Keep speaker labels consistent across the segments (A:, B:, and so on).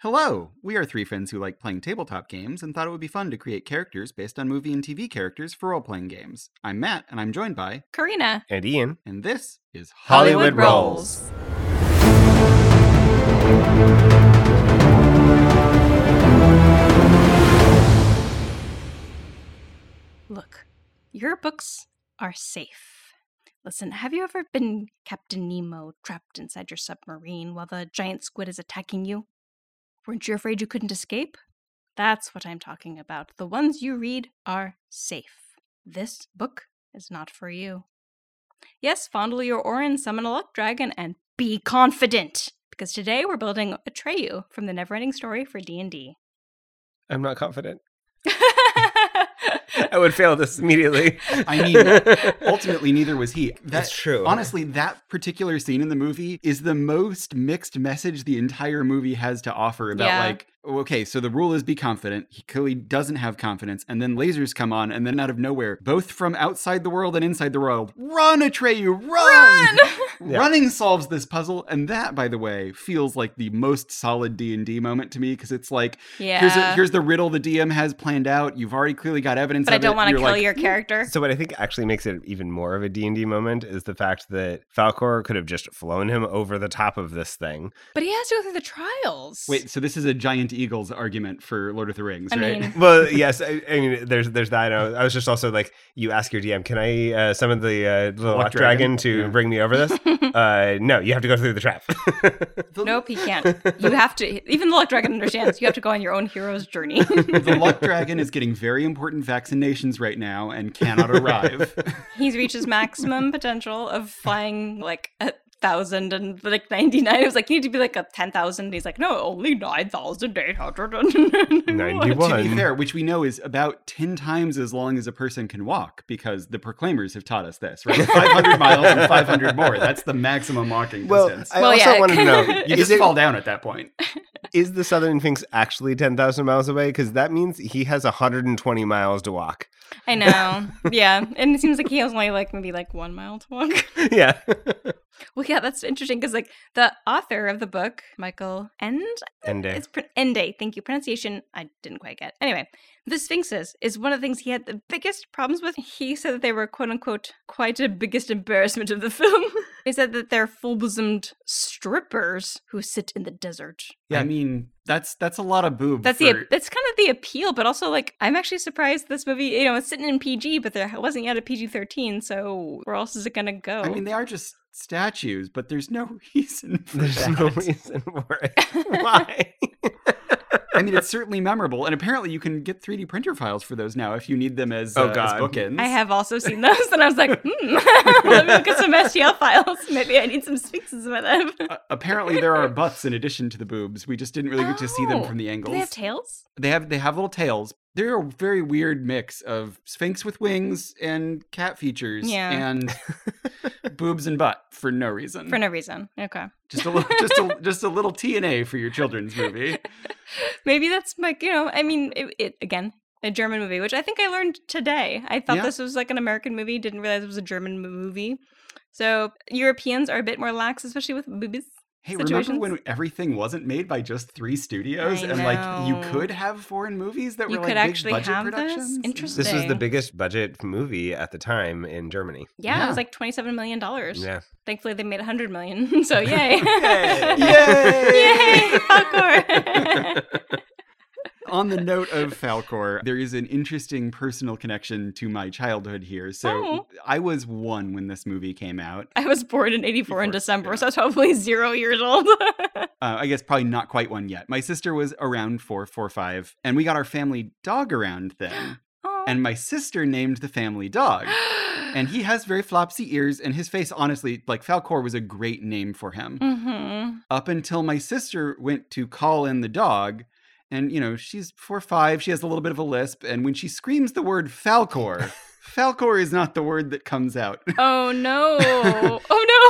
A: Hello! We are three friends who like playing tabletop games and thought it would be fun to create characters based on movie and TV characters for role playing games. I'm Matt, and I'm joined by,
B: Karina.
C: And Ian.
A: and this is
C: Hollywood Rolls.
B: Look, your books are safe. Listen, have you ever been Captain Nemo trapped inside your submarine while the giant squid is attacking you? Weren't you afraid you couldn't escape? That's what I'm talking about. The ones you read are safe. This book is not for you. Yes, fondle your Orin, summon a luck dragon, and be confident. Because today we're building Atreyu from the Neverending Story for D&D.
C: I'm not confident. I would fail this immediately.
A: I mean, Ultimately, neither was he.
C: that's
A: That,
C: true.
A: honestly, that particular scene in the movie is the most mixed message the entire movie has to offer about,
B: Yeah.
A: like, "Oh, okay, so the rule is be confident. He clearly doesn't have confidence. And then lasers come on, and then out of nowhere, both from outside the world and inside the world, run, Atreyu,
B: Run!
C: Yeah.
A: Running solves this puzzle, and that, by the way, feels like the most solid D and D moment to me because it's like
B: Yeah.
A: here's a, here's the riddle the DM has planned out. You've already clearly got evidence,
B: but I
A: of
B: don't
A: it.
B: want to
A: You're
B: kill
A: like,
B: your character.
C: So what I think actually makes it even more of a D&D moment is the fact that Falcor could have just flown him over the top of this thing.
B: But he has to go through the trials.
A: Wait, so this is a giant eagle's argument for Lord of the Rings,
B: I
A: right?
B: mean-
C: Well, yes, I, I mean there's there's that. I was- I was just also like you ask your DM, "Can I uh, summon the uh, the
A: Luck
C: luck dragon,
A: dragon?
C: to
A: Yeah.
C: bring me over this?" uh, no, you have to go through the trap.
A: The-
B: nope, he can't. You have to, even the Luck Dragon understands, you have to go on your own hero's journey.
A: the luck dragon is getting very important vaccinations right now and cannot arrive.
B: He's reaches maximum potential of flying like a thousand and like 99. It was like, you need to be like a 10,000. He's like, no, only 9,800.
C: 91.
A: to be
C: One.
A: fair, which we know is about ten times as long as a person can walk, because the proclaimers have taught us this, right? Five hundred miles and five hundred more. That's the maximum walking distance.
C: I
B: Well,
C: also
B: yeah.
C: wanted to know:
A: You
C: is
A: just
C: it
A: fall down at that point.
C: is the Southern Sphinx actually 10,000 miles away? Because that means he has 120 miles to walk.
B: I know. Yeah. And it seems like he has only like maybe like one mile to walk.
C: yeah.
B: Well, yeah, that's interesting because like the author of the book, Michael End,
C: Ende.
B: It's pr- Ende. Thank you. Pronunciation I didn't quite get. Anyway, the Sphinxes is one of the things he had the biggest problems with. He said that they were quote unquote quite the biggest embarrassment of the film. he said that they're full bosomed strippers who sit in the desert.
A: I mean, that's that's a lot of boob.
B: That's the
A: for-
B: that's kind of the appeal, but also like I'm actually surprised this movie. You know, it's sitting in PG, but there wasn't yet a PG-13. So where else is it gonna go?
A: I mean, they are just statues, but there's no reason for
C: There's
A: that.
C: no reason for it. Why?
A: I mean, it's certainly memorable, and apparently you can get 3D printer files for those now if you need them as,
C: Oh,
A: uh, as
C: God.
A: bookends.
B: I have also seen those, and I was like, hmm, let me look at some STL files. Maybe I need some Sphinxes in my life.
A: Uh, apparently, there are butts in addition to the boobs. We just didn't really get to see them
B: Oh,
A: from the
B: Do
A: angles.
B: they have tails?
A: they have they have little tails. They're a very weird mix of sphinx with wings and cat features
B: Yeah.
A: and boobs and butt for no reason.
B: For no reason. Okay.
A: just a little, just a just a little TNA for your children's movie.
B: Maybe that's like, you know, I mean, it, it again, a German movie, which I think I learned today. I thought
A: Yeah.
B: this was like an American movie, didn't realize it was a German mo- movie. So Europeans are a bit more lax, especially with boobies.
A: Hey, remember when
B: situations.
A: everything wasn't made by just three studios,
B: I
A: and like you
B: know.
A: could have foreign movies that
B: You
A: were
B: could
A: like
B: actually
A: big budget
B: have this?
A: productions?
B: Interesting.
C: this was the
B: Dang.
C: biggest budget movie at the time in Germany.
B: Yeah, it
A: Yeah.
B: was like $27 million.
C: Yeah.
B: Thankfully, they made 100 million. So yay.
A: Yay!
B: Yay, Falcor.
A: On the note of Falcor, there is an interesting personal connection to my childhood here. So
B: Oh.
A: I was one when this movie came out.
B: I was born in 84 in
A: Before-
B: December,
A: yeah.
B: so I was probably zero years old.
A: Uh, I guess probably not quite one yet. My sister was around four, four, five, and we got our family dog around then.
B: Aw.
A: And my sister named the family dog.
B: Oh.
A: And he has very flopsy ears, and his face, honestly, like Falcor was a great name for him.
B: Mhm.
A: up until my sister went to call in the dog. And, you know, she's four, five. She has a little bit of a lisp. And when she screams the word Falcor, Falcor is not the word that comes out.
B: Oh no! Oh no!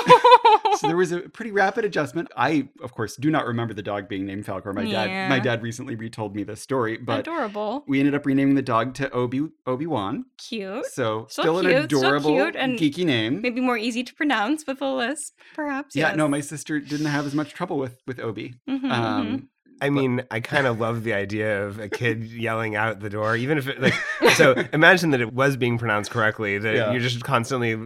A: So there was a pretty rapid adjustment. I, of course, do not remember the dog being named Falcor. My dad, my
B: Yeah.
A: dad recently retold me this story, but
B: adorable,
A: we ended up renaming the dog to Obi Obi Wan.
B: cute,
A: So,
B: So
A: still
B: cute,
A: an
B: so
A: adorable,
B: cute, and
A: geeky name.
B: maybe more easy to pronounce with a lisp, perhaps.
A: yeah,
B: yes.
A: no, my sister didn't have as much trouble with with Obi.
B: Mhm, mhm.
A: Um,
C: I mean, I kind of love the idea of a kid yelling out the door, even if it like. So imagine that it was being pronounced correctly. That
A: Yeah.
C: you're just constantly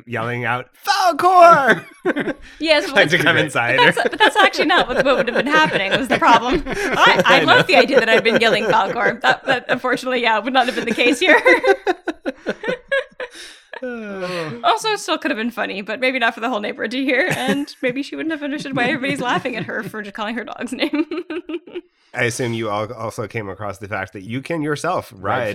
C: yelling out Falcor,
B: Yes, well,
C: like to
B: that's-
C: come
A: great.
C: inside.
B: that's, but that's actually not what, what would have been happening was the problem. I, I,
C: I
B: love the idea that I'd been yelling Falcor. That, that unfortunately, yeah, would not have been the case here.
C: or-
B: also, still could have been funny, but maybe not for the whole neighborhood to hear, and maybe she wouldn't have understood why everybody's laughing at her for calling her dog's name.
C: I assume you all also came across the fact that you can yourself ride,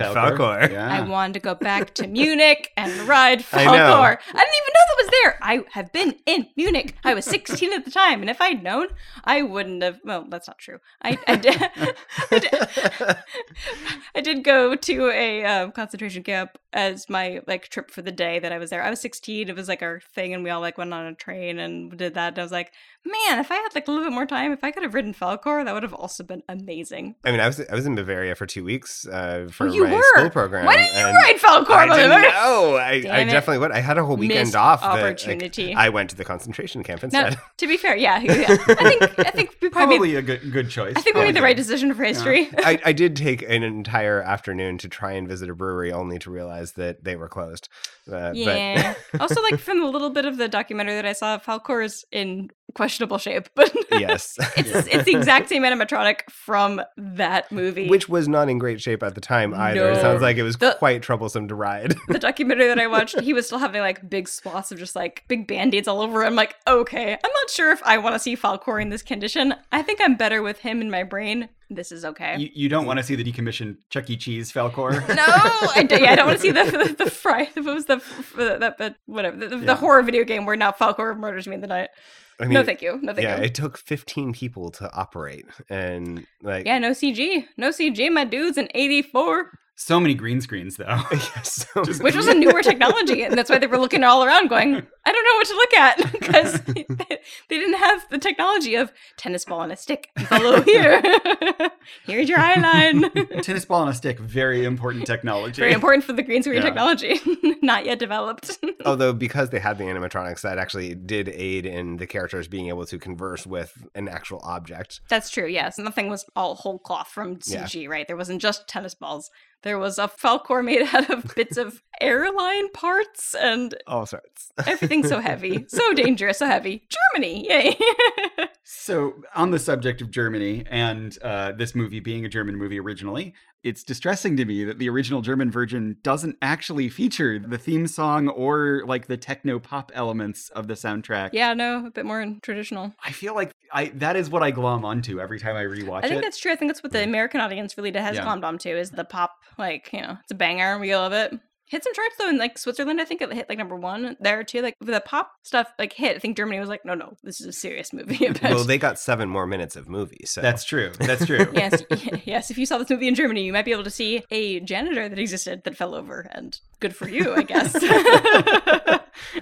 C: Falcor.
B: I
A: Yeah.
B: wanted to go back to Munich and ride
C: Ah. I
B: Falcor. I,
C: know.
B: didn't even know that was there. I have been in Munich. I was 16 at the time, and if I'd known, I wouldn't have. Well, that's not true. I, I, did, I, did, I did go to a um, concentration camp as my like trip for the day that I was there. I was 16. It was like our thing, and we all like went on a train and did that. And I was like, man, if I had like a little bit more time, if I could have ridden Falcor, that would have also been amazing.
C: I mean, I was I was in Bavaria for two weeks uh, for
B: Oh, you
C: my
B: were.
C: school program.
B: Why didn't you
C: and
B: ride Falcor?
C: I didn't
B: motherfucker?
C: know. I, I
B: Damn it.
C: definitely would. I had a whole weekend
B: Missed
C: off. that, like,
B: opportunity.
C: I went to the concentration camp
B: No,
C: instead.
B: to be fair, yeah, yeah. I think I think we probably,
A: Probably a good good choice.
B: I think we made the
A: Probably.
B: right decision for history.
C: I, I did take an entire afternoon to try and visit a brewery, only to realize that they were closed. Uh,
B: Yeah. also, like from the little bit of the documentary that I saw, Falcor is in questionable shape, but
C: But yes,
B: it's it's the exact same animatronic from that movie.
C: which was not in great shape at the time either. It
B: No.
C: Sounds like it was
B: The-
C: quite troublesome to ride.
B: the documentary that I watched, he was still having like big swaths of just like big band-aids all over. I'm like, okay, I'm not sure if I want to see Falcor in this condition. I think I'm better with him in my brain. This is okay.
A: You, you don't want to see the decommissioned Chuck E. Cheese Falcor.
B: No, I, do, yeah, I don't want to see the the, the fry. What was the, the, the, the whatever the, the
A: Yeah.
B: horror video game where now Falcor murders me in the night?
C: I mean,
B: no, thank you. No, thank
C: yeah,
B: you.
C: it took 15 people to operate, and like
B: yeah, no CG, no CG, my dudes in '84,
A: so many green screens though.
C: so
A: Just-
B: which was a newer technology, and that's why they were looking all around, going, "I don't know what to look at," because they, they didn't have the technology of tennis ball and a stick. Hello here, here's your eye line.
A: Tennis ball on a stick, very important technology.
B: Very important for the green screen
A: Yeah.
B: technology, not yet developed.
C: Although, because they had the animatronics, that actually did aid in the characters being able to converse with an actual object.
B: That's true. Yes, and the thing was all whole cloth from
C: Yeah.
B: CG, right? There wasn't just tennis balls. There was a Falcor made out of bits of airline parts and
C: All sorts.
B: everything so heavy, so dangerous, so heavy. Germany, yay!
A: So, on the subject of Germany and uh, this movie being a German movie originally, it's distressing to me that the original German version doesn't actually feature the theme song or like the techno pop elements of the soundtrack.
B: yeah, no, a bit more traditional.
A: I feel like I that is what I glom onto every time I rewatch
B: I think
A: it. Mm-hmm.
B: that's true. I think that's what the American audience really has
A: Yeah.
B: glommed onto is the pop, like you know, it's a banger and we love it. Hit some charts though in like Switzerland. I think it hit like number one there too. Like the pop stuff like hit. I think Germany was like, no, no, this is a serious movie. About
C: well, they got seven more minutes of movie, so
A: That's true. That's true.
B: yes, y- yes. If you saw this movie in Germany, you might be able to see a janitor that existed that fell over, and good for you, I guess.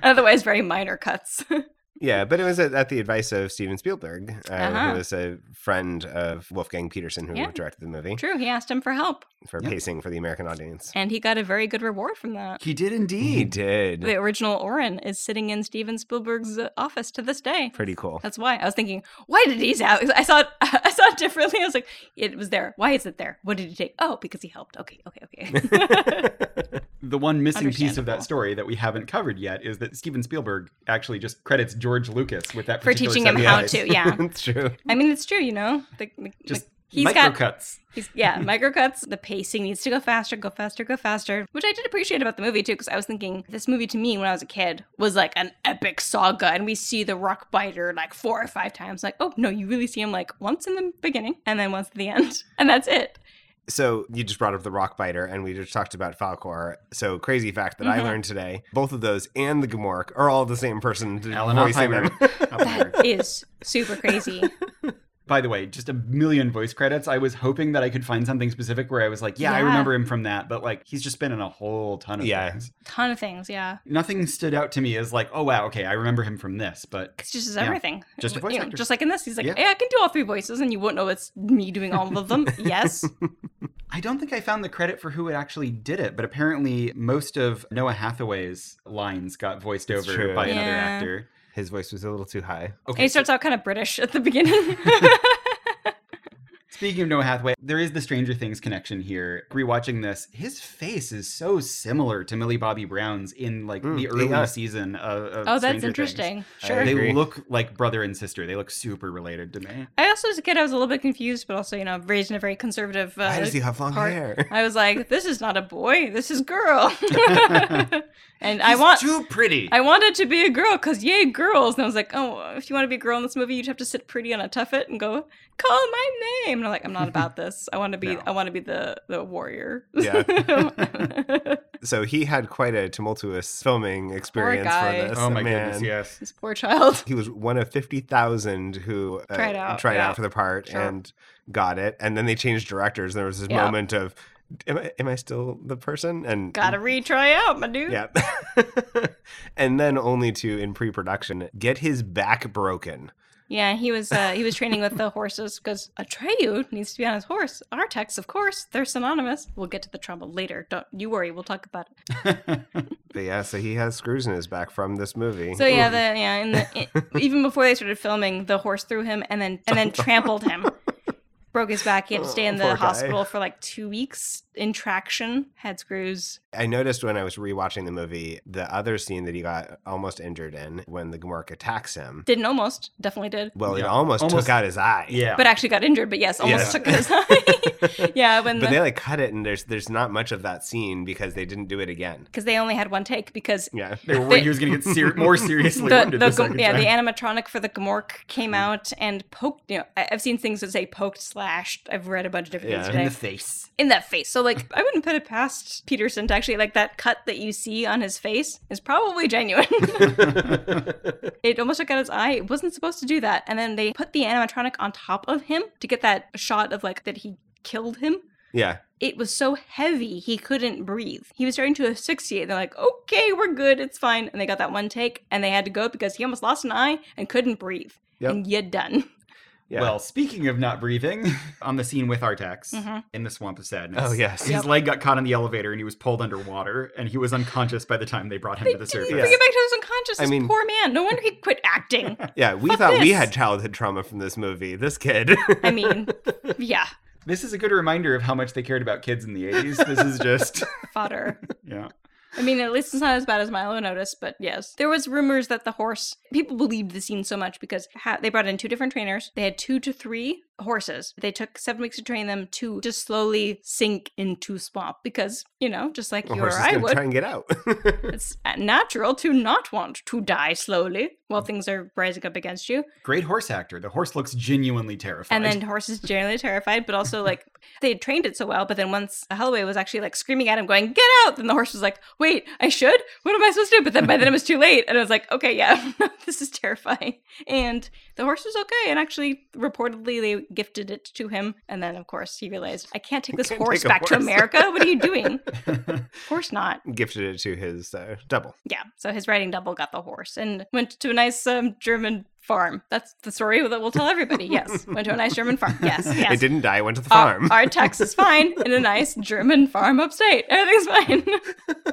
B: Otherwise, very minor cuts.
C: yeah. But it was at, at the advice of Steven Spielberg, uh,
B: Uh-huh.
C: who was a friend of Wolfgang Peterson, who
B: Yeah.
C: directed the movie
B: True, he asked him for help,
C: for
A: Yeah.
C: pacing for the American audience.
B: and he got a very good reward from that.
A: He did indeed.
C: He did
B: The original Oren is sitting in Steven Spielberg's uh, office to this day.
C: pretty cool.
B: That's why I was thinking, why did he's out? I saw it. I saw it differently. I was like, it was there. Why is it there? What did he take? Oh, because he helped. Okay, okay, okay.
A: The one missing piece of that
B: Understandable.
A: story that we haven't covered yet is that Steven Spielberg actually just credits George Lucas with that
B: For
A: particular
B: teaching him
A: set of
B: how
A: eyes.
B: to, yeah.
C: That's true.
B: I mean, it's true, you know. The, the,
A: Just
B: he's got
A: microcuts.
B: He's, yeah, microcuts. The pacing needs to go faster, go faster, go faster, which I did appreciate about the movie too, because I was thinking this movie to me when I was a kid was like an epic saga, and we see the rock biter like four or five times. Like, oh no, you really see him like once in the beginning and then once at the end, and that's it.
C: So you just brought up the rock biter, and we just talked about Falcor. So crazy fact that I
B: Mhm.
C: learned today: both of those and the Gamork are all the same person.
A: Alan
C: voicing
A: Oppenheimer.
C: them.
A: Oppenheimer.
B: That is super crazy.
A: By the way, just a million voice credits. I was hoping that I could find something specific where I was like, yeah, I
B: Yeah.
A: remember him from that, but like he's just been in a whole ton of
C: Yeah.
A: things.
B: Ton of things, yeah.
A: Nothing stood out to me as like, oh wow, okay, I remember him from this, but
B: It's just as
A: Yeah.
B: everything.
A: Just a
B: You
A: voice
B: know,
A: actor.
B: just like in this, he's like,
A: Yeah.
B: "Hey, I can do all three voices, and you won't know it's me doing all of them." yes,
A: I don't think I found the credit for who it actually did it, but apparently most of Noah Hathaway's lines got voiced
C: It's
A: over
C: true.
A: by another
B: Yeah.
A: actor.
C: His voice was a little too high.
B: and he
A: Okay. so
B: Oh, starts out kind of British at the beginning.
A: Speaking of Noah Hathaway, there is the Stranger Things connection here. Rewatching this, his face is so similar to Millie Bobby Brown's in like
C: Mm,
A: the early
C: yeah.
A: season of, of
B: Oh, that's
A: Stranger Things.
B: interesting.
C: I
B: Sure.
C: agree.
A: They look like brother and sister. They look super related to me.
B: I also, as a kid, I was a little bit confused, but also, you know, raised in a very conservative. Uh,
C: Why does he have long
B: part-
C: hair?
B: I was like, this is not a boy, this is girl. and I want
A: too pretty.
B: I wanted to be a girl because yay girls. And I was like, oh, if you want to be a girl in this movie, you'd have to sit pretty on a tuffet and go call my name. And I'm like, I'm not about this. I want to be
A: No.
B: I want to be the the warrior.
C: Yeah. So he had quite a tumultuous filming experience
B: guy.
C: for this.
A: oh my
C: man.
A: goodness, yes.
B: this poor child.
C: He was one of 50,000 who uh,
B: Tried out,
C: tried
B: yeah.
C: out for the part
B: Sure.
C: and got it. And then they changed directors. There was this
B: Yeah.
C: moment of, am I, am I still the person? And
B: Gotta retry out, my dude.
C: Yeah. and then only to, in pre production, get his back broken.
B: Yeah, he was uh, he was training with the horses because Atreyu needs to be on his horse. Artex, of course, they're synonymous. We'll get to the trouble later. Don't you worry, we'll talk about it.
C: But yeah, so he has screws in his back from this movie.
B: So yeah, the yeah, and the, i- even before they started filming, the horse threw him and then and then trampled him, broke his back. He had to stay in
C: Oh,
B: the
C: poor guy.
B: hospital for like two weeks in traction, had screws.
C: I noticed when I was rewatching the movie, the other scene that he got almost injured in when the Gamork attacks him.
B: Didn't almost, definitely did,
C: Well, it
A: Yeah.
C: almost,
A: Almost-
C: took out his eye.
A: Yeah.
B: but actually got injured. But yes, almost
C: Yeah.
B: took his eye. yeah, when
C: But
B: the-
C: they like cut it, and there's there's not much of that scene because they didn't do it again.
B: because they only had one take because
C: Yeah,
A: they were worried
B: the-
A: he was going to get ser- more seriously
B: the,
A: wounded the,
B: the gam-
A: second
B: yeah,
A: time. Hmm.
B: the animatronic for the Gamork came out and poked. You know, I, I've seen things that say poked, slashed. I've read a bunch of different
C: Yeah.
B: things
A: in
B: today.
A: the face.
B: in that face. So like, I wouldn't put it past Peterson to actually like that cut that you see on his face is probably genuine. it almost took out his eye. It wasn't supposed to do that, and then they put the animatronic on top of him to get that shot of like that he killed him.
C: yeah.
B: It was so heavy he couldn't breathe. He was starting to asphyxiate. They're like, "Okay, we're good. It's fine." And they got that one take, and they had to go because he almost lost an eye and couldn't breathe.
C: Yep.
B: And you're done.
C: yeah.
A: Well, speaking of not breathing, on the scene with Artax
B: Mhm.
A: in the Swamp of Sadness.
C: oh yes,
A: His leg got caught in the elevator and he was pulled underwater and he was unconscious by the time they brought him
B: They
A: to the
B: didn't
A: surface.
B: bring him back to his unconscious.
C: I
B: this
C: mean-
B: poor man. No wonder he quit acting.
C: yeah. We
B: Fuck
C: thought we
B: this.
C: had childhood trauma from this movie. This kid.
B: I mean, yeah,
A: This is a good reminder of how much they cared about kids in the 80s. This is just,
B: fodder.
A: yeah.
B: I mean, at least it's not as bad as Milo noticed, but yes. There was rumors that the horse, people believed the scene so much because ha- they brought in two different trainers. They had two to three horses. They took seven weeks to train them to just slowly sink into swamp because, you know, just like
C: A
B: you
C: horse
B: or
C: is
B: I
C: gonna
B: would,
C: try and get out.
B: it's natural to not want to die slowly while
C: Mm.
B: things are rising up against you.
A: Great horse actor. The horse looks genuinely terrified.
B: And then horses generally terrified, but also like they had trained it so well. But then once Holloway was actually like screaming at him, going "Get out!" Then the horse was like, "Wait, I should. What am I supposed to do?" But then by then it was too late, and I was like, "Okay, yeah, this is terrifying." And the horse was okay, and actually reportedly they gifted it to him. And then of course he realized, "I can't take this
C: Can't
B: horse
C: take a
B: back to
C: horse."
B: America. What are you doing?" of course not.
C: Gifted it to his uh, double.
B: Yeah. So his riding double got the horse and went to a nice um, German farm. That's the story that we'll tell everybody. Yes, went to a nice German farm. Yes, yes.
C: It didn't die. It went to the
B: Our-
C: farm.
B: Uh, Our, tax is fine in a nice German farm upstate. Everything's fine.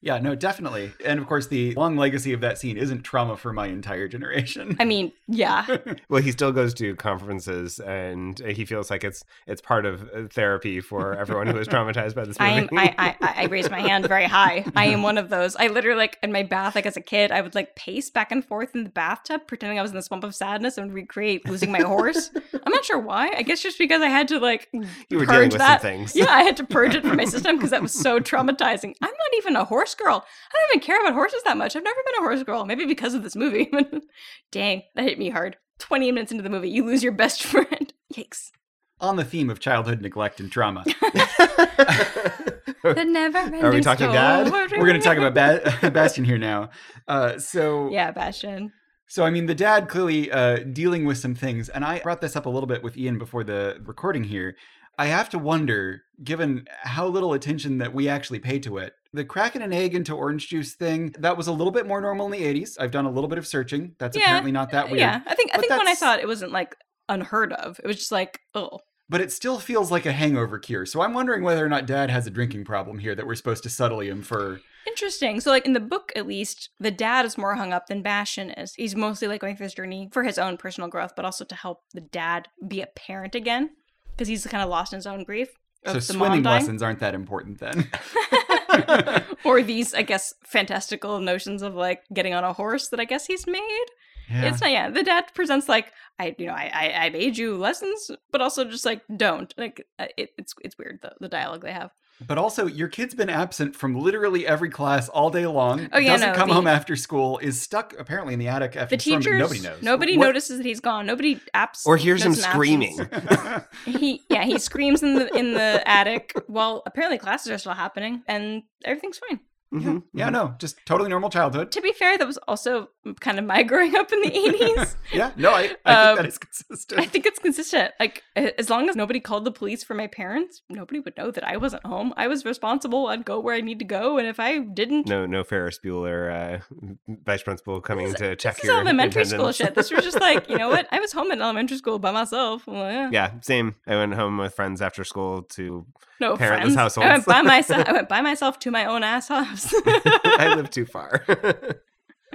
A: yeah, no, definitely. And of course, the long legacy of that scene isn't trauma for my entire generation.
B: I mean, yeah.
C: Well, he still goes to conferences, and uh, he feels like it's it's part of uh, therapy for everyone who is traumatized by this
B: I
C: movie.
B: am. I, I. I I raise my hand very high. I am one of those. I literally like in my bath, like as a kid, I would like pace back and forth in the bathtub, pretending I was in the swamp of sadness and recreate losing my horse. I'm not sure why. I guess just because I had to like
C: you were
B: purge
C: dealing with
B: that.
C: some things.
B: Yeah, I had to purge it from my system because that was so traumatizing. I'm not even a horse girl. I don't even care about horses that much. I've never been a horse girl. Maybe because of this movie. Dang, that hit me hard. 20 minutes into the movie, you lose your best friend. Yikes.
A: On the theme of childhood neglect and trauma,
B: The never ending
C: Are we talking
B: Oh,
C: dad?
A: we're going to talk about ba- Bastion here now. Uh, so,
B: Yeah, Bastion.
A: So I mean, the dad clearly uh, dealing with some things, and I brought this up a little bit with Ian before the recording here. I have to wonder, given how little attention that we actually pay to it, the cracking an egg into orange juice thing that was a little bit more normal in the '80s. I've done a little bit of searching. That's
B: Yeah, uh,
A: apparently not that weird,
B: Yeah, I think I
A: But
B: think when I
A: that's-
B: saw it, it wasn't like unheard of. It was just like, oh,
A: but it still feels like a hangover cure. So I'm wondering whether or not Dad has a drinking problem here that we're supposed to subtly infer.
B: Interesting. So, like in the book, at least, the dad is more hung up than Bastion is. He's mostly like going through this journey for his own personal growth, but also to help the dad be a parent again. because he's kind of lost in his own grief.
A: So
B: of the mom
A: swimming
B: dying.
A: lessons aren't that important then.
B: or these, I guess, fantastical notions of like getting on a horse that I guess he's made. It's not, yeah. The dad presents like I, you know, I, I, I made you lessons, but also just like don't. Like uh, it, it's it's weird the the dialogue they have.
A: But also, your kid's been absent from literally every class all day long.
B: Oh, yeah,
A: doesn't
B: no,
A: come
B: the-
A: home after school. Is stuck apparently in the attic after
B: The
A: storm, but
B: teachers,
A: Nobody knows.
B: Nobody
C: What-
B: notices that he's gone. Nobody apps
C: Or hears him
B: knows an absence.
C: screaming.
B: He yeah, he screams in the in the attic. Well, apparently classes are still happening, and everything's fine.
C: Mm-hmm,
A: yeah, yeah, no, just totally normal childhood.
B: To be fair, that was also kind of my growing up in the eighties.
A: yeah, no, I, I think
B: Um,
A: that is
B: I
A: consistent.
B: think it's consistent. Like a- as long as nobody called the police for my parents, nobody would know that I wasn't home. I was responsible. I'd go where I need to go, and if I didn't,
C: No, no Ferris Bueller uh, vice principal coming
B: This
C: to check
B: this is
C: your
B: elementary school
C: attendance.
B: shit. This was just like you know what? I was home in elementary school by myself. Well, yeah.
C: Yeah, same. I went home with friends after school to.
B: no
C: Parentless
B: friends. I went
C: households.
B: by myself. I went by myself to my own ass house.
C: I live too far.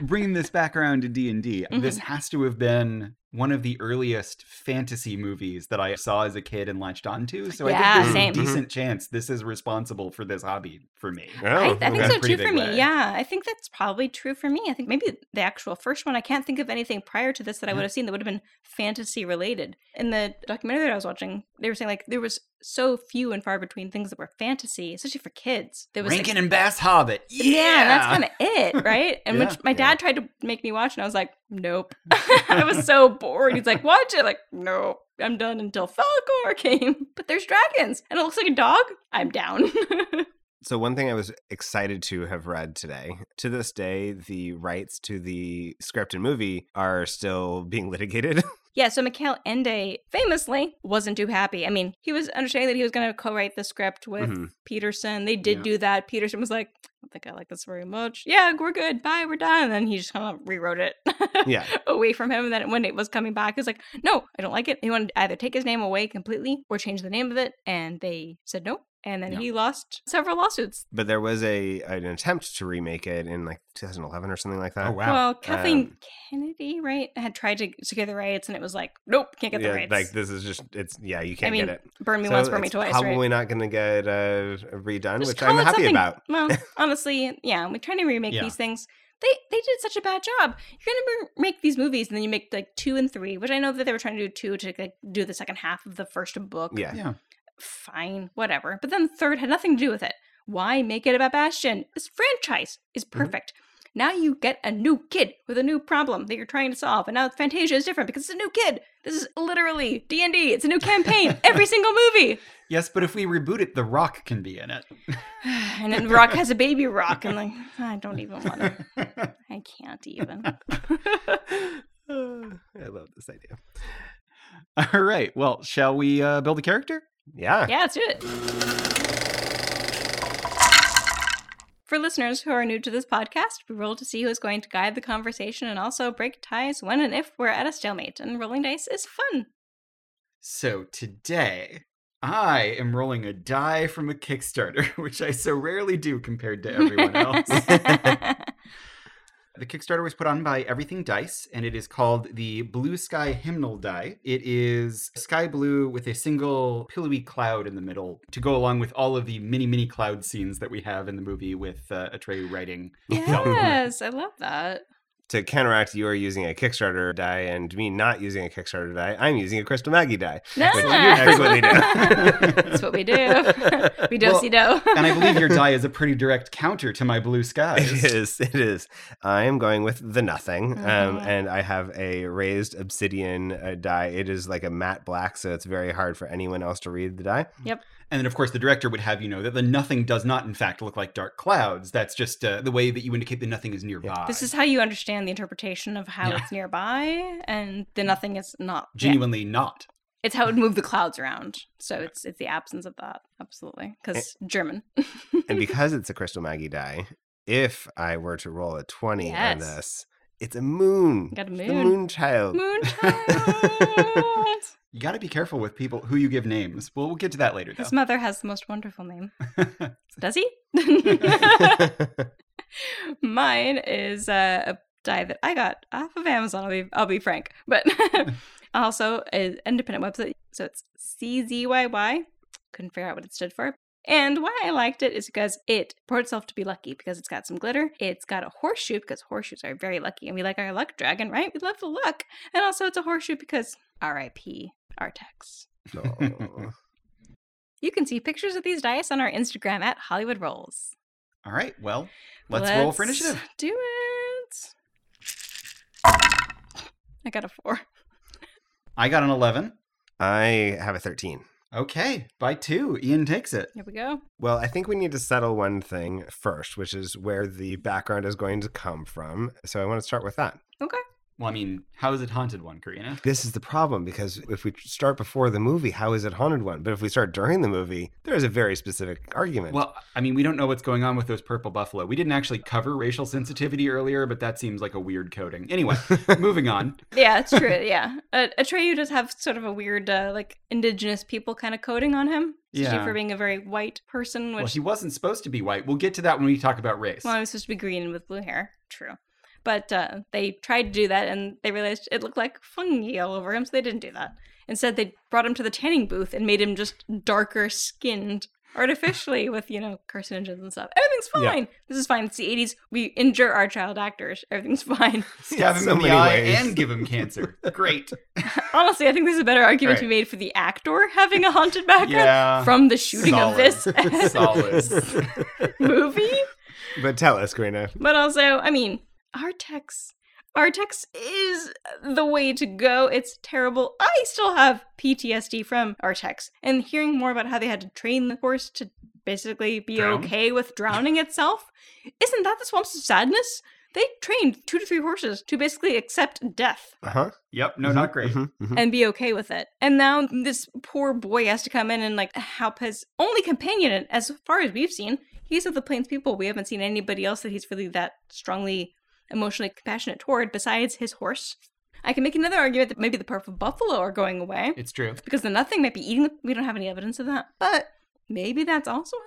A: Bringing this back around to D and D,
B: Mhm.
A: this has to have been one of the earliest fantasy movies that I saw as a kid and latched onto. So
B: Yeah,
A: I think there's
B: same.
A: a decent chance this is responsible for this hobby for me.
B: I,
C: Oh,
B: I think
A: okay.
B: so
A: Pretty
B: too for
A: big
B: me.
A: way.
B: Yeah, I think that's probably true for me. I think maybe the actual first one. I can't think of anything prior to this that I
A: Yeah.
B: would have seen that would have been fantasy related. In the documentary that I was watching, they were saying like there was so few and far between things that were fantasy, especially for kids. There was like,
A: Rankin and Bass Hobbit. Yeah,
B: yeah, and that's kind of it, right? And
A: Yeah.
B: which my
C: Yeah.
B: dad tried to make me watch, and I was like, nope. I was so bored. He's like, watch it. Like, no, I'm done until Falcor came. But there's dragons, and it looks like a dog. I'm down.
C: So one thing I was excited to have read today. To this day, the rights to the script and movie are still being litigated.
B: Yeah, so Mikhail Ende famously wasn't too happy. I mean, he was understanding that he was going to co-write the script with
C: Mhm.
B: Peterson. They did
A: Yeah.
B: do that. Peterson was like, "I don't think I like this very much. Yeah, we're good. Bye, we're done." And then he just kind of rewrote it
C: yeah.
B: away from him. And then when it was coming back, he was like, "No, I don't like it." He wanted to either take his name away completely or change the name of it, and they said no. And then
A: Yeah.
B: he lost several lawsuits.
C: But there was a an attempt to remake it in like 2011 or something like that.
A: Oh wow.
B: Well, Kathleen
C: Um,
B: Kennedy, right, had tried to secure the rights, and it was like, "Nope, can't get the
C: yeah,
B: rights."
C: Like this is just it's yeah you can't
B: mean,
C: get it.
B: burn me
C: So
B: once, burn me
C: it's
B: twice.
C: Probably
B: right?
C: not going to get uh, redone,
B: Just
C: which
B: call
C: I'm
B: it
C: happy
B: something-
C: about.
B: well, honestly, yeah, we're trying to remake
A: Yeah.
B: these things. They they did such a bad job. You're gonna re- make these movies, and then you make like two and three, which I know that they were trying to do two to like, do the second half of the first book.
C: Yeah.
A: yeah.
B: fine, whatever. But then the third had nothing to do with it. Why make it about Bastion? This franchise is
C: Mm-hmm.
B: perfect. Now you get a new kid with a new problem that you're trying to solve, and now Fantasia is different because it's a new kid. This is literally D and D. It's a new campaign every single movie.
A: Yes, but if we reboot it, The Rock can be in it.
B: and then Rock has a baby Rock, and like I don't even want to. I can't even.
C: Uh, I love this idea.
A: All right. Well, shall we uh, build a character?
C: Yeah.
B: Yeah, let's do it. For listeners who are new to this podcast, we roll to see who is going to guide the conversation and also break ties when and if we're at a stalemate. And rolling dice is fun.
A: So today, I am rolling a die from a Kickstarter, which I so rarely do compared to everyone else. The Kickstarter was put on by Everything Dice, and it is called the Blue Sky Hymnal Die. It is sky blue with a single pillowy cloud in the middle to go along with all of the mini, mini cloud scenes that we have in the movie with uh, Atreyu writing.
B: yes, I love that.
C: To counteract you are using a Kickstarter die and me not using a Kickstarter die, I'm using a Crystal Maggie die. Which you
B: Nice.
C: frequently do.
B: That's what we do. we do see do.
A: And I believe your die is a pretty direct counter to my blue skies.
C: It is. It is. I am going with the nothing, um,
B: Mhm.
C: and I have a raised obsidian uh, die. It is like a matte black, so it's very hard for anyone else to read the die.
A: And then, of course, the director would have you know that the nothing does not, in fact, look like dark clouds. That's just uh, the way that you indicate the nothing is nearby.
B: This is how you understand the interpretation of how
A: Yeah. Mm.
B: it's nearby and the nothing is not yeah.
A: genuinely not.
B: It's how it would move the clouds around. So it's it's the absence of that.
A: Eh.
B: Absolutely. Because German.
C: And because it's a crystal Maggie die, if I were to roll a twenty on
B: Yes.
C: this, it's a moon.
B: Got a
C: It's
B: moon.
C: The moon
A: Oh.
C: child.
B: Moonchild.
A: You got to be careful with people who you give names. Well, we'll get to that later,
B: His
A: though.
B: mother has the most wonderful name. Does he? Mine is uh, a die that I got off of Amazon. I'll be, I'll be frank, but also an independent website So it's CZYY. Couldn't figure out what it stood for. And why I liked it is because it purports itself to be lucky because it's got some glitter. It's got a horseshoe because horseshoes are very lucky and we like our luck dragon, right? We love the luck. And also it's a horseshoe because RIP Artex.
C: Oh.
B: You can see pictures of these dice on our Instagram at Hollywood Rolls.
A: All right. Well, let's, roll for
B: Let's
A: initiative.
B: Do it. I got a four.
A: I got an 11.
C: I have a 13.
A: Okay. By two, Ian takes it.
B: Here we go.
C: Well, I think we need to settle one thing first, which is where the background is going to come from. So I want to start with that.
A: Well, I mean, how is it haunted one, Karina?
C: This is the problem because if we start before the movie, how is it haunted one? But if we start during the movie, there is a very specific argument.
A: Well, I mean, we don't know what's going on with those purple buffalo. We didn't actually cover racial sensitivity earlier, but that seems like a weird coding. Anyway, moving on.
B: Yeah, it's true. yeah. Uh, Atreyu does have sort of a weird, uh, like, indigenous people kind of coding on him. Especially
A: Yeah.
B: for being a very white person,
A: Well,
B: which,
A: he wasn't supposed to be white. We'll get to that when we talk about race.
B: well, I was supposed to be green with blue hair. True. But uh, they tried to do that and they realized it looked like fungi all over him, so they didn't do that. Instead, they brought him to the tanning booth and made him just darker skinned artificially with, you know, carcinogens and stuff. Everything's
C: Yeah.
B: fine. This is fine. It's the 80s. We injure our child actors. Everything's fine.
A: Stab him
C: so
A: in the
C: many
A: eye
C: ways.
A: and give him cancer. Great.
B: Honestly, I think there's a better argument to be
A: Right.
B: made for the actor having a haunted background
A: Yeah.
B: from the shooting of
A: Solid.
B: this
A: Solid.
B: movie.
C: but tell us, Karina.
B: But also, I mean, Artex. Artex is the way to go. It's terrible. I still have PTSD from Artex. And hearing more about how they had to train the horse to basically be
A: Drown?
B: okay with drowning itself, isn't that the swamps of sadness? They trained two to three horses to basically accept death.
C: Uh huh.
A: Yep. No, not great.
C: Mm-hmm.
B: and be okay with it. And now this poor boy has to come in and like help his only companion. And as far as we've seen, he's of the plains people. We haven't seen anybody else that he's really that strongly emotionally compassionate toward besides his horse. I can make another argument that maybe the purple buffalo are going away
A: It's true.
B: because the nothing might be eating. The- we don't have any evidence of that, but maybe that's also happening.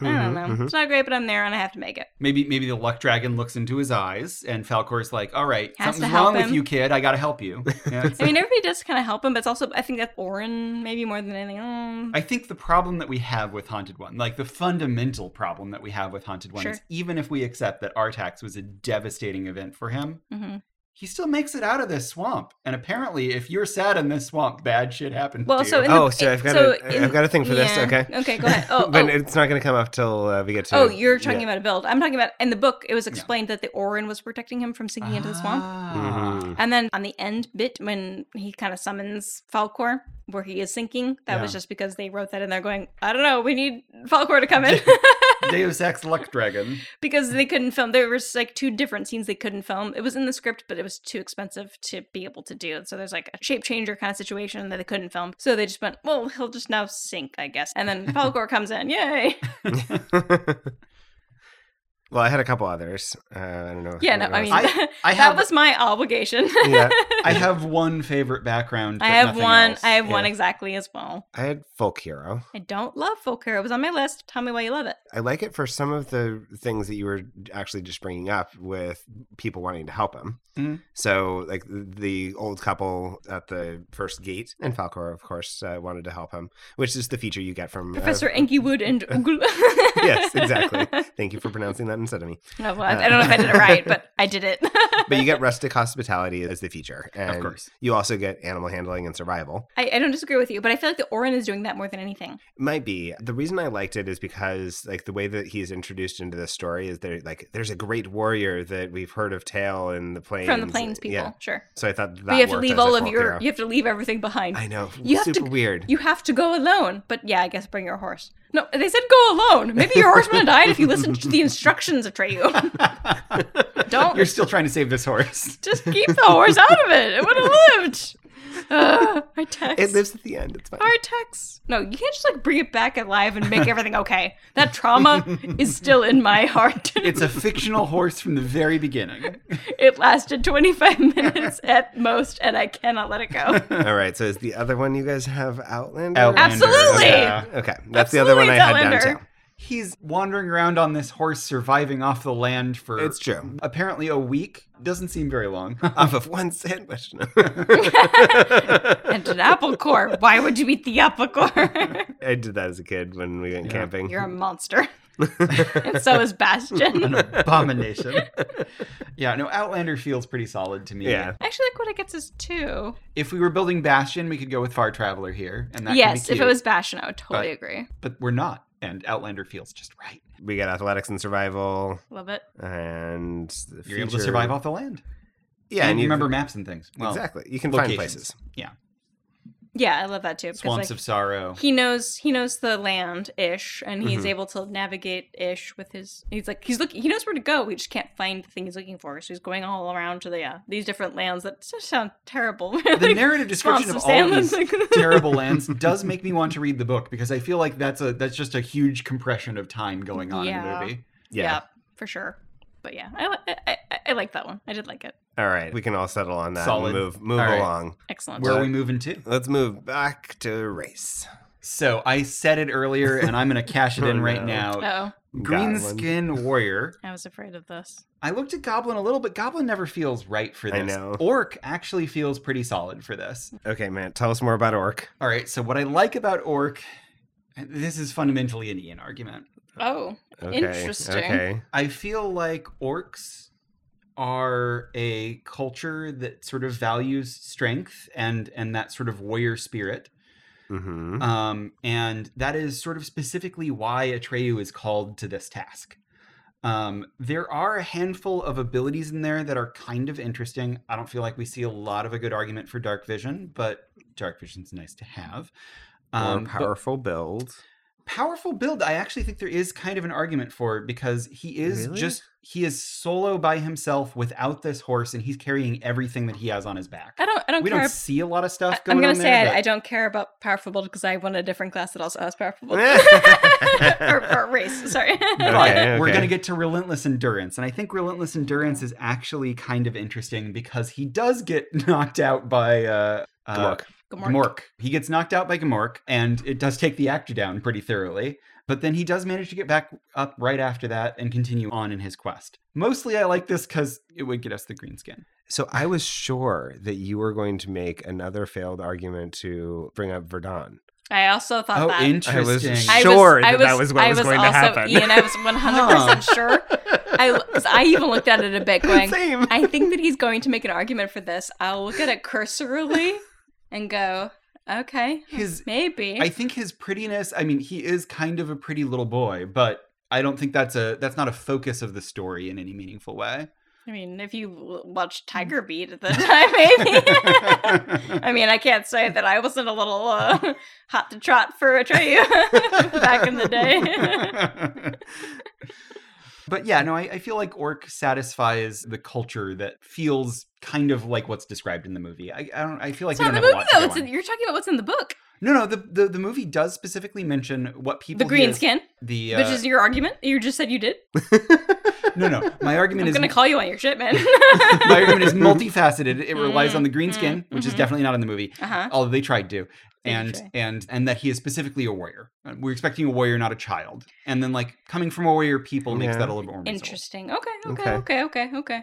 B: I don't
C: Mm-hmm.
B: know. It's not great, but I'm there and I have to make it.
A: Maybe maybe the luck dragon looks into his eyes and Falcor's like, all right,
B: Has to
A: something's
B: help
A: wrong with
B: him.
A: you, kid. I gotta help you. Yeah, it's-
B: I mean, everybody does kind of help him, but it's also I think that's Orin maybe more than anything. else.
A: I think the problem that we have with Haunted One, like the fundamental problem that we have with Haunted One,
B: Sure.
A: is even if we accept that Artax was a devastating event for him,
B: Mhm.
A: he still makes it out of this swamp. And apparently, if you're sad in this swamp, bad shit happens.
B: Well,
A: to
B: so
A: you.
B: in
C: Oh,
B: the,
C: so I've got
B: so
C: a,
B: in-
C: I've got a thing for this.
B: yeah.
C: Okay.
B: Okay, go ahead. Oh,
C: but
B: oh.
C: it's not going to come up till uh, we get to.
B: Oh, you're talking
C: yeah.
B: about a build. I'm talking about in the book. It was
A: Yeah.
B: explained that the Orin was protecting him from sinking into the swamp.
A: Ah.
C: Mhm.
B: And then on the end bit, when he kind of summons Falcor, where he is sinking, that was
A: Yeah.
B: just because they wrote that in there, going, I don't know, we need Falcor to come in
A: Deus Ex Luck Dragon.
B: because they couldn't film. There was like two different scenes they couldn't film. It was in the script, but it was too expensive to be able to do. So there's like a shape changer kind of situation that they couldn't film. So they just went, well, he'll just now sink, I guess. And then Falcor comes in, yay!
A: Oh
C: well, I had a couple others. Uh, I don't know. if
B: Yeah, no,
C: anyone
B: I mean,
C: else-
A: I- I
B: that
A: have
B: was my obligation.
C: yeah,
A: I have one favorite background.
B: I
A: but
B: have
A: nothing
B: one.
A: else.
B: I have one
C: Yeah.
B: exactly as well.
C: I had folk hero.
B: I don't love Folker. It was on my list. Tell me why you love
A: Uh,
B: it.
C: I like it for some of the things that you were actually just bringing up with people wanting to help him.
B: Mm-hmm.
A: Mhm.
C: So, like the old couple at the first gate, and Falcor, of course, uh, wanted to help him, which is the feature you get from uh,
B: Professor Enki Wood and Ugl.
C: yes, exactly. Thank you for pronouncing that instead of me.
B: No, well, I I don't know if I did it
A: Uh.
B: right, but I did it.
C: But you get rustic hospitality as the feature, and
A: Of course.
C: you also get animal handling and survival.
B: I, I don't disagree with you, but I feel like the Orin is doing that more than anything.
C: Might be. The reason I liked it is because like the way that he's introduced into the story is there like there's a great warrior that we've heard of tale in the plains.
B: From the plains people,
C: Yeah.
B: sure.
C: So I thought that
B: But you have to
C: worked
B: leave
C: as a
B: all of
C: folk
B: your
C: hero.
B: you have to leave everything behind.
C: I know.
B: you have
C: super
B: to-
C: weird.
B: You have to go alone. But yeah, I guess bring your horse. No, they said go alone. Maybe your horse would have died if you listened to the instructions, Atreyu. Don't
A: You're still trying to save this horse.
B: Just keep the horse out of it. It would have lived. Uh, our text.
C: It lives at the end. It's fine.
B: Our text. No, you can't just like bring it back alive and make everything okay. That trauma is still in my heart.
A: It's a fictional horse from the very beginning.
B: it lasted 25 minutes at most, and I cannot let it go.
C: All right. So is the other one you guys have Outlander?
A: Outlander.
B: Absolutely.
A: Yeah.
C: Okay. That's the other one I
B: Absolutely,
C: had
B: Outlander.
C: down too.
A: He's wandering around on this horse, surviving off the land for
C: It's true.
A: apparently a week. Doesn't seem very long.
C: Off of one sandwich. No.
B: And an apple core. Why would you eat the apple core?
C: I did that as a kid when we went
A: Yeah.
C: camping.
B: You're a monster. and so is Bastion.
A: An abomination. yeah, no, Outlander feels pretty solid to me.
C: Yeah.
B: I Actually, like what it gets is two.
A: If we were building Bastion, we could go with Far Traveler here. And that could be
B: yes, if it
A: cute,
B: was Bastion, I would totally
A: But-
B: agree.
A: But we're not. And Outlander feels just right.
C: We got athletics and survival
B: Love it.
C: and the
A: You're able to
C: feature-
A: survive off the land.
C: Yeah,
A: and
C: and
A: you
C: you
A: remember maps and things. Well,
C: exactly. You can find
A: locations.
C: places.
A: Yeah.
B: Yeah, I love that too. Because
A: Swamps
B: like,
A: of Sorrow.
B: he knows he knows the land ish, and he's
A: Mm-hmm.
C: Mhm.
B: able to navigate ish with his. He's like he's looking. He knows where to go. We just can't find the thing he's looking for. So he's going all around to the yeah, these different lands that just sound terrible.
A: The narrative description of all of these terrible lands does make me want to read the book because I feel like that's a that's just a huge compression of time going on
B: Yeah.
A: in the movie.
B: yeah. for sure. But yeah, I, li- I, I I like that one. I did like it.
C: All right. We can all settle on that.
A: Solid.
C: And move move
A: All right.
C: along.
B: Excellent.
A: Where are we moving to?
C: Let's move back to race.
A: So I said it earlier, and I'm going to cash it in
C: Oh,
A: right
C: no.
A: now.
B: oh,
A: Green
C: Goblin.
A: skin warrior.
B: I was afraid of this.
A: I looked at Goblin a little, but Goblin never feels right for this.
C: I know.
A: Orc actually feels pretty solid for this.
C: Okay, man. Tell us more about orc.
A: All right. So what I like about orc, and this is fundamentally an Ian argument.
B: Oh,
C: Okay.
B: Interesting.
C: Okay.
A: I feel like orcs are a culture that sort of values strength and and that sort of warrior spirit.
C: Mm-hmm.
A: Um, and that is sort of specifically why Atreyu is called to this task. Um, there are a handful of abilities in there that are kind of interesting. I don't feel like we see a lot of a good argument for dark vision, but dark vision's nice to have.
C: More
A: Um, but
C: powerful build.
A: powerful build i actually think there is kind of an argument for because he is
C: Really?
A: just he is solo by himself without this horse and he's carrying everything that he has on his back
B: I don't. I don't
A: we
B: care.
A: don't see a lot of
B: I,
A: stuff going
B: am gonna
A: on
B: say
A: there,
B: I-
A: but-
B: I don't care about powerful build because I won a different class that also has powerful build or, or race. Sorry.
A: but
C: Okay,
A: we're
C: okay.
A: going to get to relentless endurance and i think relentless endurance is actually kind of interesting because he does get knocked out by uh, uh
C: Orc.
B: Good morning.
A: Gamork. He gets knocked out by Gamork, and it does take the actor down pretty thoroughly. But then he does manage to get back up right after that and continue on in his quest. Mostly, I like this because it would get us the green skin.
C: So I was sure that you were going to make another failed argument to bring up Verdun.
B: I also thought
A: Oh,
B: that.
C: I was
A: interesting.
B: I
C: sure that that was what was going to happen.
B: Ian, I was 100% sure. I, I even looked at it a bit going,
C: Same.
B: I think that he's going to make an argument for this. I'll look at it cursorily and go, okay,
A: His,
B: maybe.
A: I think his prettiness. I mean, he is kind of a pretty little boy, but I don't think that's a that's not a focus of the story in any meaningful way.
B: I mean, if you w-
A: Mm.
B: watched Tiger Beat at the time, maybe. I mean, I can't say that I wasn't a little uh, hot to trot for Atreyu back in the day.
A: but yeah, no, I, I feel like Orc satisfies the culture that feels kind of like what's described in the movie. I, I don't. I feel like
B: It's
A: we don't have
B: not the
A: a
B: movie
A: lot
B: though.
A: to
B: It's
A: go
B: in,
A: on.
B: you're talking about what's in the book.
A: No, no. The, the the movie does specifically mention what people
B: the green
A: he is-
B: skin,
A: The
B: which
A: uh,
B: is your argument. You just said you did.
A: no, no. My argument
B: I'm
A: is
B: gonna call you on your shit, man. Uh-huh.
A: my argument is multifaceted. It relies
B: Mm,
A: on the green
B: mm,
A: skin, which is
B: mhm.
A: definitely not in the movie.
B: uh huh.
A: Although they tried to,
B: They did
A: and
B: try.
A: and and that he is specifically a warrior. Uh, We're expecting a warrior, not a child. And then like coming from a warrior people makes
C: Yeah.
A: that a little bit more miserable.
B: Interesting. Okay. Okay.
C: Okay.
B: Okay. Okay. Okay.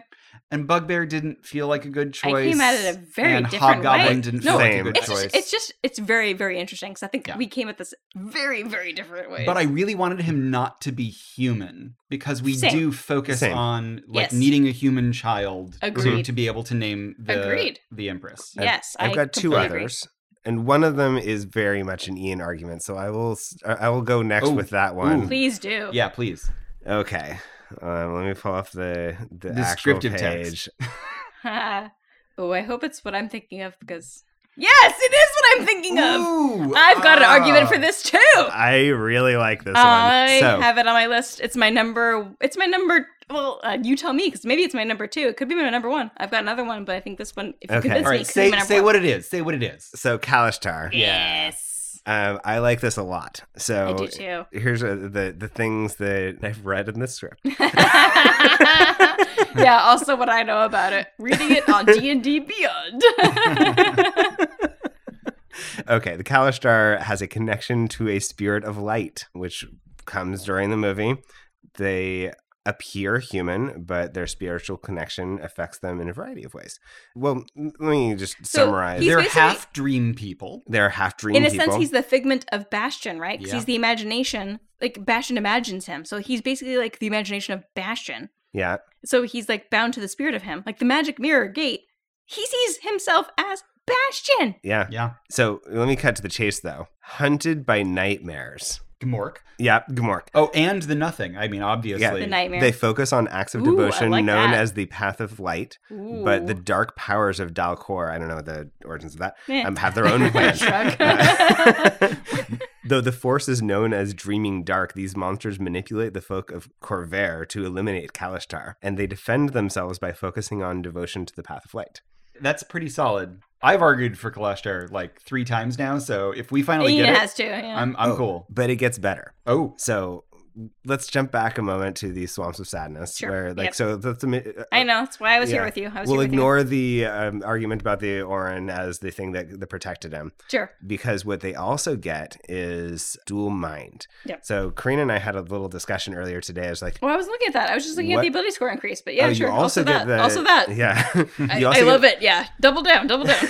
A: And Bugbear didn't feel like a good choice.
B: I came at it a very
A: and
B: different
A: Hobgoblin
B: way.
A: didn't feel
B: no,
A: like a
C: Same.
A: good
B: it's
A: choice.
B: just it's just it's very very interesting because I think
A: Yeah.
B: we came at this very very different ways.
A: but I really wanted him not to be human because we
B: Same.
A: do focus
C: Same.
A: on like
B: Yes.
A: needing a human child to,
B: Agreed.
A: to be able to name the
B: Agreed.
A: the Empress.
C: I've-
B: yes,
C: I've
B: I
C: got two
B: completely agree.
C: others, and one of them is very much an Ian argument. So I will s- I will go next
A: Oh,
C: with that one.
A: ooh.
B: Please do.
A: Yeah, please.
C: Okay. Um, let me pull off the the
A: Descriptive
C: actual
A: text.
C: page.
B: oh, I hope it's what I'm thinking of because yes, it is what I'm thinking of.
A: Ooh,
B: I've got an argument
A: ah.
B: for this too.
C: I really like this
B: I
C: one. So
B: have it on my list. It's my number. It's my number. Well, uh, you tell me because maybe it's my number two. It could be my number one. I've got another one, but I think this one. If you
C: Okay.
B: convince
A: All
B: me,
A: right,
B: it could be
A: say
B: my number
A: say
B: one.
A: what it is. Say what it is.
C: so Kalishtar.
A: Yeah.
B: Yes,
C: Um, I like this a lot. So
B: I do too.
C: here's uh the the things that I've read in this script.
B: yeah. Also, what I know about it, reading it on D and D Beyond.
C: Okay, the Kalishtar has a connection to a spirit of light, which comes during the movie. They appear human, but their spiritual connection affects them in a variety of ways. Well, let me just
B: So
C: summarize.
B: He's
A: They're
B: basically-
A: half dream people.
C: They're half dream
B: in a
C: people.
B: sense, he's the figment of Bastion, right? 'Cause
A: Yeah.
B: he's the imagination. Like Bastion imagines him, so he's basically like the imagination of Bastion.
C: yeah,
B: So he's like bound to the spirit of him, like the magic mirror gate. He sees himself as Bastion.
C: yeah.
A: Yeah.
C: So let me cut to the chase, though. Hunted by nightmares.
A: Gmork.
C: Yeah, Gmork.
A: Oh, and the nothing. I mean, obviously.
B: The nightmare.
C: They focus on acts of
B: Ooh, I
C: devotion
B: like
C: known
B: that.
C: as the Path of Light, but the dark powers of Dalkor, I don't know the origins of that,
B: Eh.
C: um, have their own plan.
B: Shrug.
C: Uh, Though the force is known as Dreaming Dark, these monsters manipulate the folk of Corvair to eliminate Kalishtar, and they defend themselves by focusing on devotion to the Path of Light.
A: That's pretty solid. I've argued for Kalashtar like three times now, so if we finally
B: Ian
A: get it,
B: has to. Yeah.
A: I'm I'm
C: Oh,
A: cool.
C: But it gets better.
A: Oh,
C: So let's jump back a moment to the Swamps of Sadness,
B: Sure.
C: where like
B: Yep.
C: so that's uh, a, mi-
B: I know. That's why I was here
C: Yeah.
B: with you. I was
C: We'll
B: here with
C: ignore the um, argument about the Orin as the thing that, that protected him,
B: you. Sure.
C: because what they also get is dual mind.
B: Yep.
C: So Karina and I had a little discussion earlier today. I was like,
B: Well, I was looking at that. I was just looking
C: What-
B: at the ability score increase, but yeah,
C: oh,
B: sure.
C: you also,
B: also
C: get
B: that.
C: the
B: Also that.
C: Yeah,
B: I, I
C: You also get-
B: love it. Yeah. Double down. Double down.